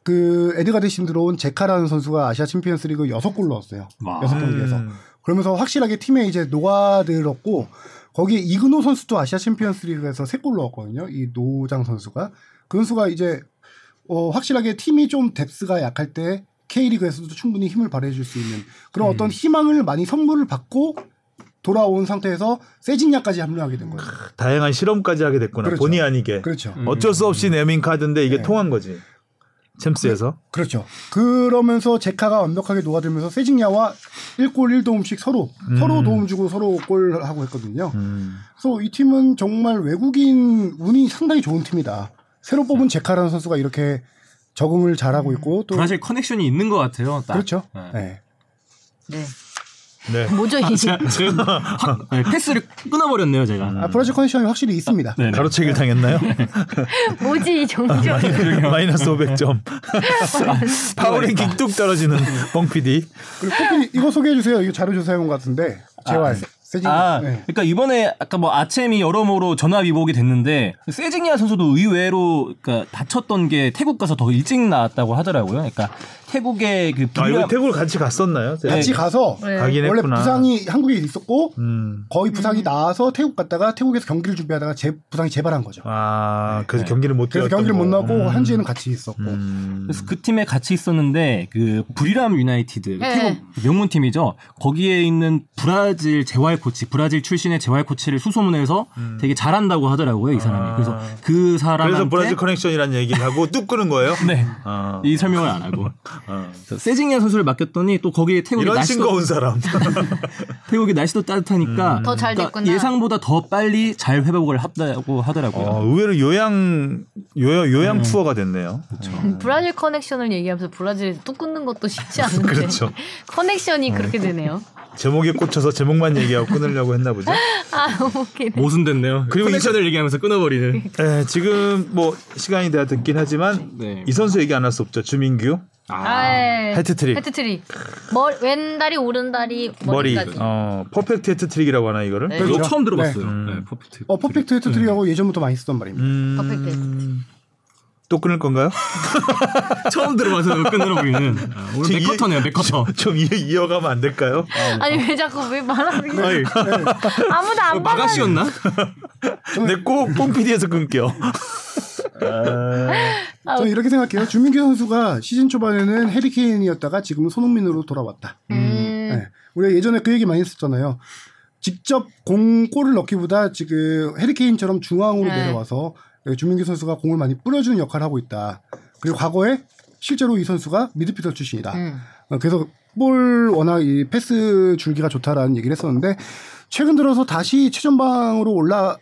그 에드가 대신 들어온 제카라는 선수가 아시아 챔피언스리그 여섯 골 넣었어요.
와.
여섯
음.
경기에서. 그러면서 확실하게 팀에 이제 녹아들었고 거기에 이근호 선수도 아시아 챔피언스리그에서 세 골 넣었거든요. 이 노장 선수가 그 선수가 이제 어, 확실하게 팀이 좀 뎁스가 약할 때 K리그에서도 충분히 힘을 발휘해줄 수 있는 그런 어떤 희망을 많이 선물을 받고 돌아온 상태에서 세징야까지 합류하게 된 거예요.
다양한 실험까지 하게 됐구나.
그렇죠.
본의 아니게.
그렇죠.
음.
어쩔 수 없이 내민 카드인데 이게
네.
통한 거지. 챔스에서.
그렇죠. 그러면서 제카가 완벽하게 녹아들면서 세징야와 1골 1도움씩 서로 서로 도움 주고 서로 골하고 했거든요.
음.
그래서 이 팀은 정말 외국인 운이 상당히 좋은 팀이다. 새로 뽑은 제카라는 선수가 이렇게 적응을
음,
잘하고 있고 또
네. 브라질 커넥션이 있는 것 같아요. 딱.
그렇죠.
네.
네.
네.
네. 음.
뭐죠 이
지금 확- 네, 패스를 끊어버렸네요 제가.
아, 브라질 컨디션이 확실히 있습니다.
네, 네.
가로채기를 당했나요?
(laughs)
(laughs)
뭐지 이
아,
종족
마이너스 500점. (laughs)
아,
그러니까. 파워랭킹 뚝 떨어지는 뻥피디.
그리고 코피 이거 소개해 주세요. 이거 자료 조사해 온 것 같은데 재활 세징
아,
네.
그러니까 이번에 아까 뭐 아챔이 여러모로 전화 위복이 됐는데 세징야 선수도 의외로 그러니까 다쳤던 게 태국 가서 더 일찍 나왔다고 하더라고요. 그러니까 태국의 그
아,
불량-
이거 태국을 같이 갔었나요?
같이 가서
네.
가긴
원래
했구나.
부상이 한국에 있었고
음.
거의 부상이 나와서 태국 갔다가 태국에서 경기를 준비하다가 재, 부상이 재발한 거죠.
아, 그래서 경기를 못
그래서
뛰었던
경기를 못
거.
나고 현지에는 같이 있었고
음.
그래서 그 팀에 같이 있었는데 그 브리람 유나이티드
네.
태국 명문 팀이죠. 거기에 있는 브라질 재활 코치, 브라질 출신의 재활 코치를 수소문해서 되게 잘한다고 하더라고요 이 사람이. 그래서 음. 그 사람한테
그래서 브라질 커넥션이라는 얘기를 하고 뚝 끄는 거예요?
네.
아,
이 설명을 안 (laughs) 하고
아.
세징야 선수를 맡겼더니 또 거기에 어. 태국이
이런
날씨도
싱거운 (laughs) 사람.
태국이 날씨도 따뜻하니까 그러니까
더잘 됐구나.
예상보다 더 빨리 잘 회복을 한다고 하더라고요.
어, 의외로 요양 요양, 요양 투어가 됐네요.
음, 브라질 커넥션을 얘기하면서 브라질에서 또 끊는 것도
(laughs)
쉽지 않은데
그렇죠.
(laughs)
음.
커넥션이 그렇게 되네요
제목에 꽂혀서 제목만 얘기하고 끊으려고 했나 보죠.
아 너무 웃기네
모순됐네요.
그리고
컨디션을 얘기하면서 끊어버리는.
에, 지금 뭐 시간이 다 듣긴 하지만
네.
이 선수 얘기 안 할 수 없죠. 주민규
아이, 예.
해트트릭.
해트트릭 머리, 왼다리 오른다리
머리
머리까지
어 퍼펙트 해트트릭이라고 하나 이거를.
네.
이거
그렇죠.
처음 들어봤어요.
음.
네, 퍼펙트.
어 퍼펙트 헤트트릭하고 예전부터 많이 쓰던 말입니다.
음,
퍼펙트 해트트릭
또 끊을 건가요?
처음 들어봐서 끊으려고는 아, 오늘
지금 (laughs)
맥커터네요. 맥커터.
좀 이, 이어가면 안 될까요?
아니 왜 자꾸 왜 말하는 거야
아이,
아무도 안 받아
마가씨였나?
근데 꼭 뽕피디에서 끊겨.
아,
저는 이렇게 생각해요. 주민규 선수가 시즌 초반에는 해리케인이었다가 지금은 손흥민으로 돌아왔다.
음,
네. 우리가 예전에 그 얘기 많이 했었잖아요. 직접 공 골을 넣기보다 지금 해리케인처럼 중앙으로
네.
내려와서 주민규 선수가 공을 많이 뿌려주는 역할을 하고 있다. 그리고 과거에 실제로 이 선수가 미드필더 출신이다.
음.
어, 그래서 볼 워낙 이 패스 줄기가 좋다라는 얘기를 했었는데 최근 들어서 다시 최전방으로 올라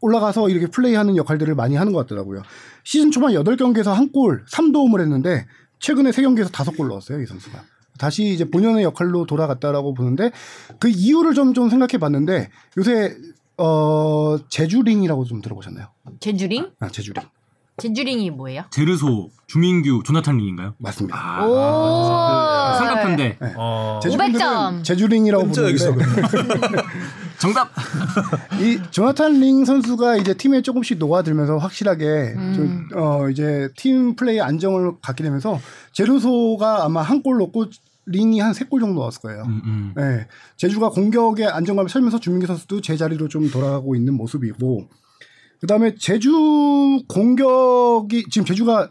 올라가서 이렇게 플레이하는 역할들을 많이 하는 것 같더라고요. 시즌 초반 8경기에서 한 골 3도움을 했는데 최근에 3경기에서 5골 넣었어요, 이 선수가. 다시 이제 본연의 역할로 돌아갔다라고 보는데 그 이유를 좀 좀 생각해 봤는데 요새 어 제주링이라고 좀 들어보셨나요?
제주링
아, 제주링.
제주링이 뭐예요?
제르소, 주민규, 조나탄 링인가요?
맞습니다.
아,
오
삼각탄대.
(laughs) 어,
제주링은
500점.
제주링이라고
혼자 여기서
부르는데
정답.
이 조나탄 링 선수가 이제 팀에 조금씩 녹아들면서 확실하게
음.
좀, 어 이제 팀 플레이 안정을 갖게 되면서 제루소가 아마 한 골 넣고 링이 한 세 골 정도 넣었을 거예요.
음, 음.
네. 제주가 공격의 안정감을 살면서 주민규 선수도 제자리로 좀 돌아가고 있는 모습이고 그다음에 제주 공격이 지금 제주가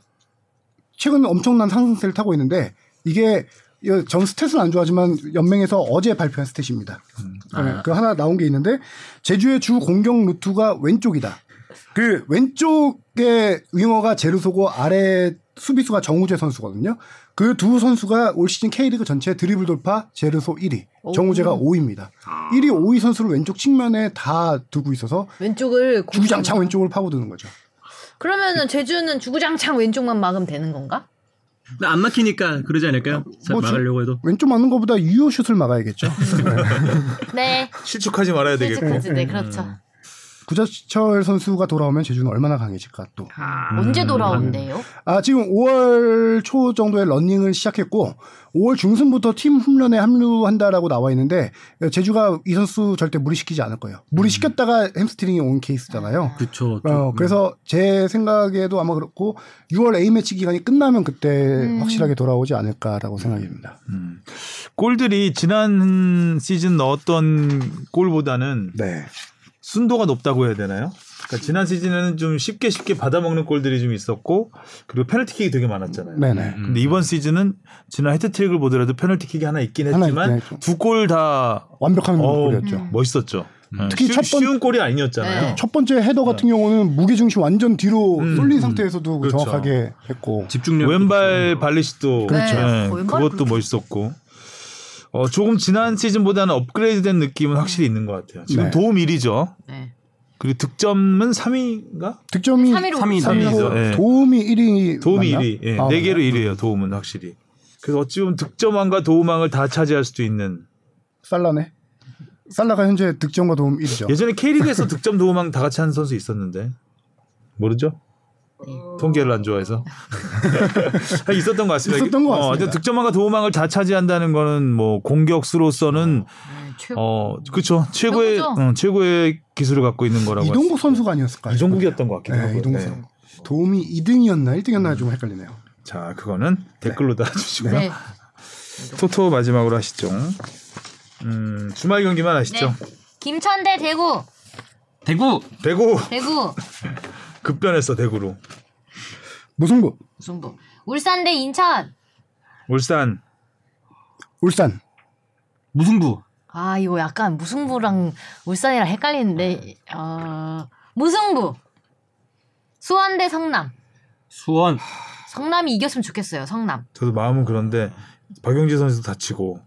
최근 엄청난 상승세를 타고 있는데 이게 이거 전 스탯은 안 좋아하지만 연맹에서 어제 발표한 스탯입니다. 네, 그 하나 나온 게 있는데 제주의 주 공격 루트가 왼쪽이다. 그 왼쪽의 윙어가 제르소고 아래 수비수가 정우재 선수거든요. 그 두 선수가 올 시즌 K리그 전체 드리블 돌파 제르소 1위, 정우재가 5위입니다. 1위, 5위 선수를 왼쪽 측면에 다 두고 있어서
왼쪽을
주구장창 왼쪽을 파고드는 거죠.
그러면은 제주는 주구장창 왼쪽만 막으면 되는 건가?
근데 안 막히니까 그러지 않을까요? 잘
뭐 주-
막으려고 해도.
왼쪽 맞는 것보다 유효슛을 막아야겠죠.
네.
실축하지 말아야 되겠고.
그렇지, 네, 그렇죠.
구자철 선수가 돌아오면 제주는 얼마나 강해질까 또.
언제 돌아온대요?
아, 지금 5월 초 정도에 러닝을 시작했고 5월 중순부터 팀 훈련에 합류한다라고 나와 있는데 제주가 이 선수 절대 무리시키지 않을 거예요. 무리시켰다가 햄스트링이 온 케이스잖아요.
그렇죠.
어, 그래서 제 생각에도 아마 그렇고 6월 A매치 기간이 끝나면 그때 확실하게 돌아오지 않을까라고 생각입니다.
골들이 지난 시즌 넣었던 골보다는
네.
순도가 높다고 해야 되나요? 그러니까 지난 시즌에는 좀 쉽게 쉽게 받아먹는 골들이 좀 있었고 그리고 페널티킥이 되게 많았잖아요.
네네.
근데 이번 시즌은 지난 헤트트릭을 보더라도 페널티킥이 하나 있긴
하나
했지만
있긴 했죠.
두 골 다
완벽한 골이었죠.
음. 멋있었죠.
특히
쉬운,
첫 번-
쉬운 골이 아니었잖아요.
네.
첫 번째 헤더 같은 경우는 무게중심 완전 뒤로
음,
쏠린
음.
상태에서도
그렇죠.
정확하게 했고.
집중력.
네.
왼발 발리시도
그렇죠. 네, 왼발은
그것도 멋있었고 어, 조금 지난 시즌보다는 업그레이드된 느낌은 확실히 있는 것 같아요. 지금
네.
도움 1위죠.
네.
그리고 득점은 3위인가?
득점이
3위로
삼 위, 네, 삼 위.
삼이고
예.
도움이 1위.
도움이 1위. 예,
아,
네 개로 1위예요. 도움은 확실히. 그래서 어찌 보면 득점왕과 도움왕을 다 차지할 수도 있는
살라네. 살라가 현재 득점과 도움 1위죠.
예전에
(laughs)
K리그에서 득점 도움왕 다 같이 한 선수 있었는데 모르죠?
네.
통계를 안
(laughs)
좋아해서 (laughs) 있었던 것 같습니다.
있었던 것
어,
같습니다.
근데 득점왕과 도움왕을 다 차지한다는 거는 뭐 공격수로서는
네, 최고.
어 그렇죠 최고의
최고죠.
응, 최고의 기술을 갖고 있는 거라고
이동국 선수가 아니었을까요?
할수- 이동국이었던 것 같기도
네,
하고
이동국 선수. 도움이 2등이었나 1등이었나 좀 헷갈리네요.
자 그거는 댓글로 달아주시고요.
네.
토토 마지막으로 하시죠. 음, 주말 경기만 하시죠.
네. 김천대 대구.
대구
대구
대구.
급변했어 대구로.
무승부
승부. 뭐. 울산대 인천.
울산
울산
무승부
아 이거 약간 무승부랑 울산이랑 헷갈리는데 어, 무승부 수원대 성남
수원
성남이 이겼으면 좋겠어요 성남
저도 마음은 그런데 박용지 선수 다치고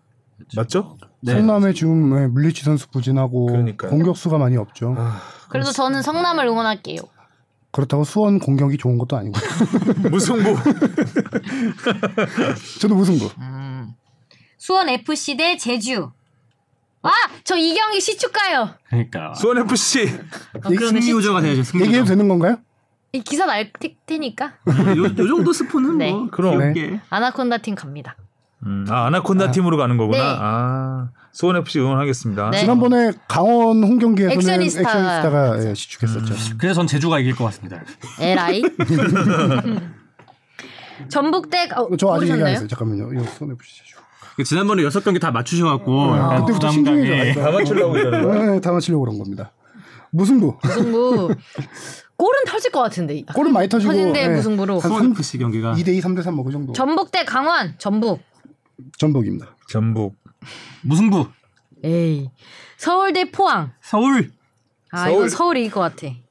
맞죠?
성남에 지금 네, 물리치 선수 부진하고
네. 그러니까요. 아.
공격수가 많이 없죠.
그래도 저는 성남을 응원할게요
그렇다고 수원 공격이 좋은 것도 아니고.
(laughs)
(laughs)
무승부
저도 무승부.
음,
수원 FC 대 제주 아 저 이 경기 시축가요
그러니까
수원 FC
승리우저가 돼야죠.
얘기해도
승리우저.
되는 건가요?
이 기사 날 테- 테니까
요, 요 정도 스포는
네.
뭐
그럼.
귀엽게.
아나콘다 팀 갑니다
음, 아 아나콘다 팀으로 가는 거구나.
네.
아 수원 FC 응원하겠습니다.
네.
지난번에 강원 홈 경기에서는
액션이스타.
액션이스타가 예, 시축했었죠.
음.
그래서 전 제주가 이길 것 같습니다.
아. 에라이 전북대 어,
저 아직 얘기 안
모르셨나요?
했어요. 잠깐만요. 이거 손해 보시죠.
지난번에 여섯 경기 다 맞추셔갖고
아,
약간
아, 그때부터
부담감이-
신중해져.
다 맞추려고 이러는 예, 거야.
네, 다 맞추려고 그런 겁니다. 무승부.
무승부 골은 터질 것 같은데
골은 많이 터지고
터진데
예.
무승부로
한
수원
삼-
FC 경기가
2대2, 3대3 뭐그 정도.
전북대 강원 전북
전북입니다.
전북
무승부
에이 서울대 포항
서울
아
서울.
이건 서울이 것 같아
네.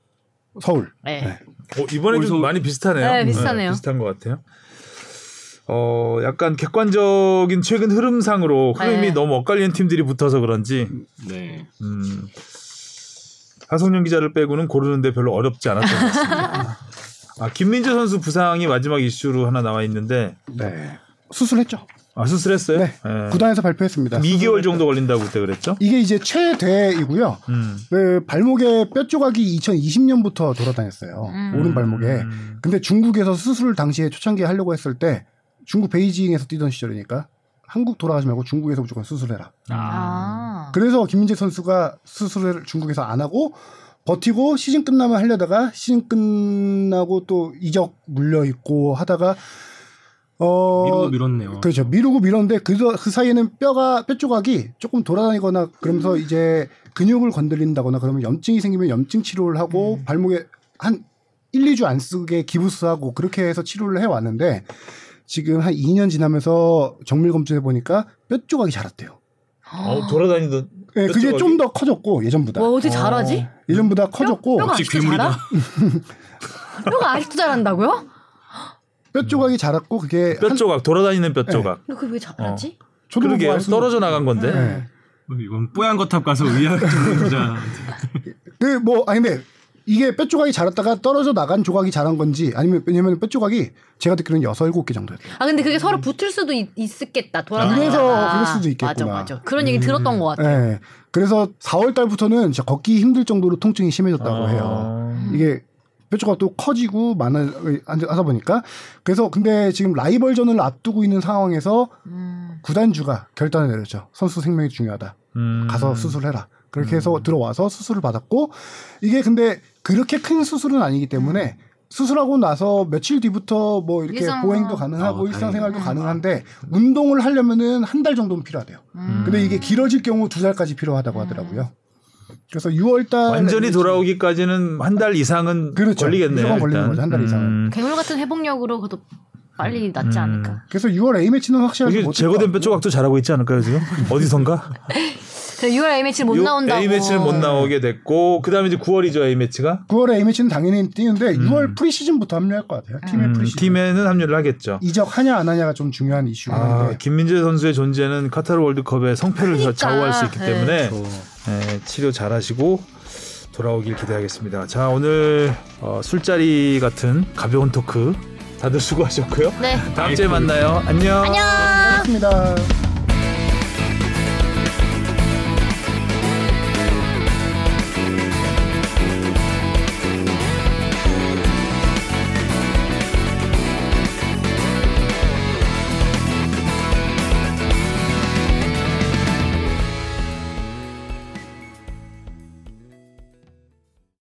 서울.
네.
어, 이번에 좀
올소-
많이 비슷하네요.
네, 비슷하네요.
비슷한 것 같아요. 어, 약간 객관적인 최근 흐름상으로 흐름이
네.
너무 엇갈리는 팀들이 붙어서 그런지
네
음, 하성룡 기자를 빼고는 고르는데 별로 어렵지 않았던 것 같습니다.
(laughs)
아, 김민재 선수 부상이 마지막 이슈로 하나 나와 있는데
네. 수술했죠.
아, 수술했어요?
네.
예.
구단에서 발표했습니다.
2개월 정도 걸린다고 그때 그랬죠?
이게 이제 최대이고요.
음.
그 발목에 뼈 조각이 2020년부터 돌아다녔어요.
음.
오른 발목에.
음.
근데 중국에서 수술 당시에 초창기에 하려고 했을 때 중국 베이징에서 뛰던 시절이니까 한국 돌아가지 말고 중국에서 무조건 수술해라.
아
그래서 김민재 선수가 수술을 중국에서 안 하고 버티고 시즌 끝나면 하려다가 시즌 끝나고 또 이적 물려 있고 하다가 어
미루고 밀었네요.
그렇죠. 미루고 미뤘는데 그, 그 사이에는 뼈가 뼈 조각이 조금 돌아다니거나 그러면서 이제 근육을 건드린다거나 그러면 염증이 생기면 염증 치료를 하고 발목에 한 1, 2주 안 쓰게 기부스하고 그렇게 해서 치료를 해 왔는데 지금 한 2년 지나면서 정밀 검진해 보니까 뼈 조각이 자랐대요.
아.
어, 돌아다니던
예,
뼈
그게
조각이?
좀 더 커졌고 예전보다
와뭐 어떻게 잘하지?
예전보다 커졌고
뼈, 가 아직도 자라? (laughs) 뼈가 아직도 자란다고요?
뼈 조각이 자랐고 그게
뼈
한-
조각 돌아다니는
네.
뼈 조각.
근데
어.
그게 왜 자라지?
저도
그러게
알
요
수는
떨어져 나간 건데.
네.
이건 뽀얀 거탑 가서 의학 전문자
그 뭐 아니 근데 이게 뼈 조각이 자랐다가 떨어져 나간 조각이 자란 건지 아니면 왜냐면 뼈 조각이 제가 듣기로는 여섯 일곱 개 정도였대요.
아 근데 그게 서로 붙을 수도 있, 있겠다 돌아다니다가
음. 그래서 그럴 수도 있겠구나.
맞아 맞아 그런 얘기 들었던 것
예.
같아 네.
그래서 4월 달부터는 진짜 걷기 힘들 정도로 통증이 심해졌다고
아.
해요. 이게 뼈 조각 또 커지고 많아 하다 보니까 그래서 근데 지금 라이벌전을 앞두고 있는 상황에서
음.
구단주가 결단을 내렸죠. 선수 생명이 중요하다.
음.
가서 수술해라. 그렇게 해서 들어와서 수술을 받았고 이게 근데 그렇게 큰 수술은 아니기
음.
때문에 수술하고 나서 며칠 뒤부터 뭐 이렇게
일상-
보행도 가능하고
아,
어,
일상생활도 가능한데 운동을 하려면은 한 달 정도는 필요하대요. 근데 이게 길어질 경우 두 달까지 필요하다고 하더라고요. 그래서 6월 달
완전히 돌아오기까지는 한 달 이상은
그렇죠.
걸리겠네요.
무조건 걸리는
일단.
거죠, 한달 이상은.
음.
괴물 같은 회복력으로 그래도
음.
빨리 낫지 않을까
그래서 6월 A 매치는 확실하게
여기
못
제거된 뼈
뛸
조각도 잘하고 있지 않을까요
(laughs)
지금? 어디선가?
그래서 6월 A 매치는 못 나온다고
A 매치는 못 나오게 됐고 그다음에 이제 9월이죠 A 매치가.
것 같아요. 9월에 A 매치는 당연히 뛰는데
음.
6월 프리시즌부터 합류할 것 같아요. 팀의 프리시즌
팀에는 합류를 하겠죠.
이적하냐 안 하냐가 좀 중요한 이슈긴
음. 아,
한데
김민재 선수의 존재는 카타르 월드컵의 성패를
그러니까.
좌우할 수 있기
네.
때문에
그렇죠.
예, 치료 잘하시고 돌아오길 기대하겠습니다. 자 오늘 어, 술자리 같은 가벼운 토크 다들 수고하셨고요.
네
다음 주에 만나요. 안녕.
안녕
그렇습니다.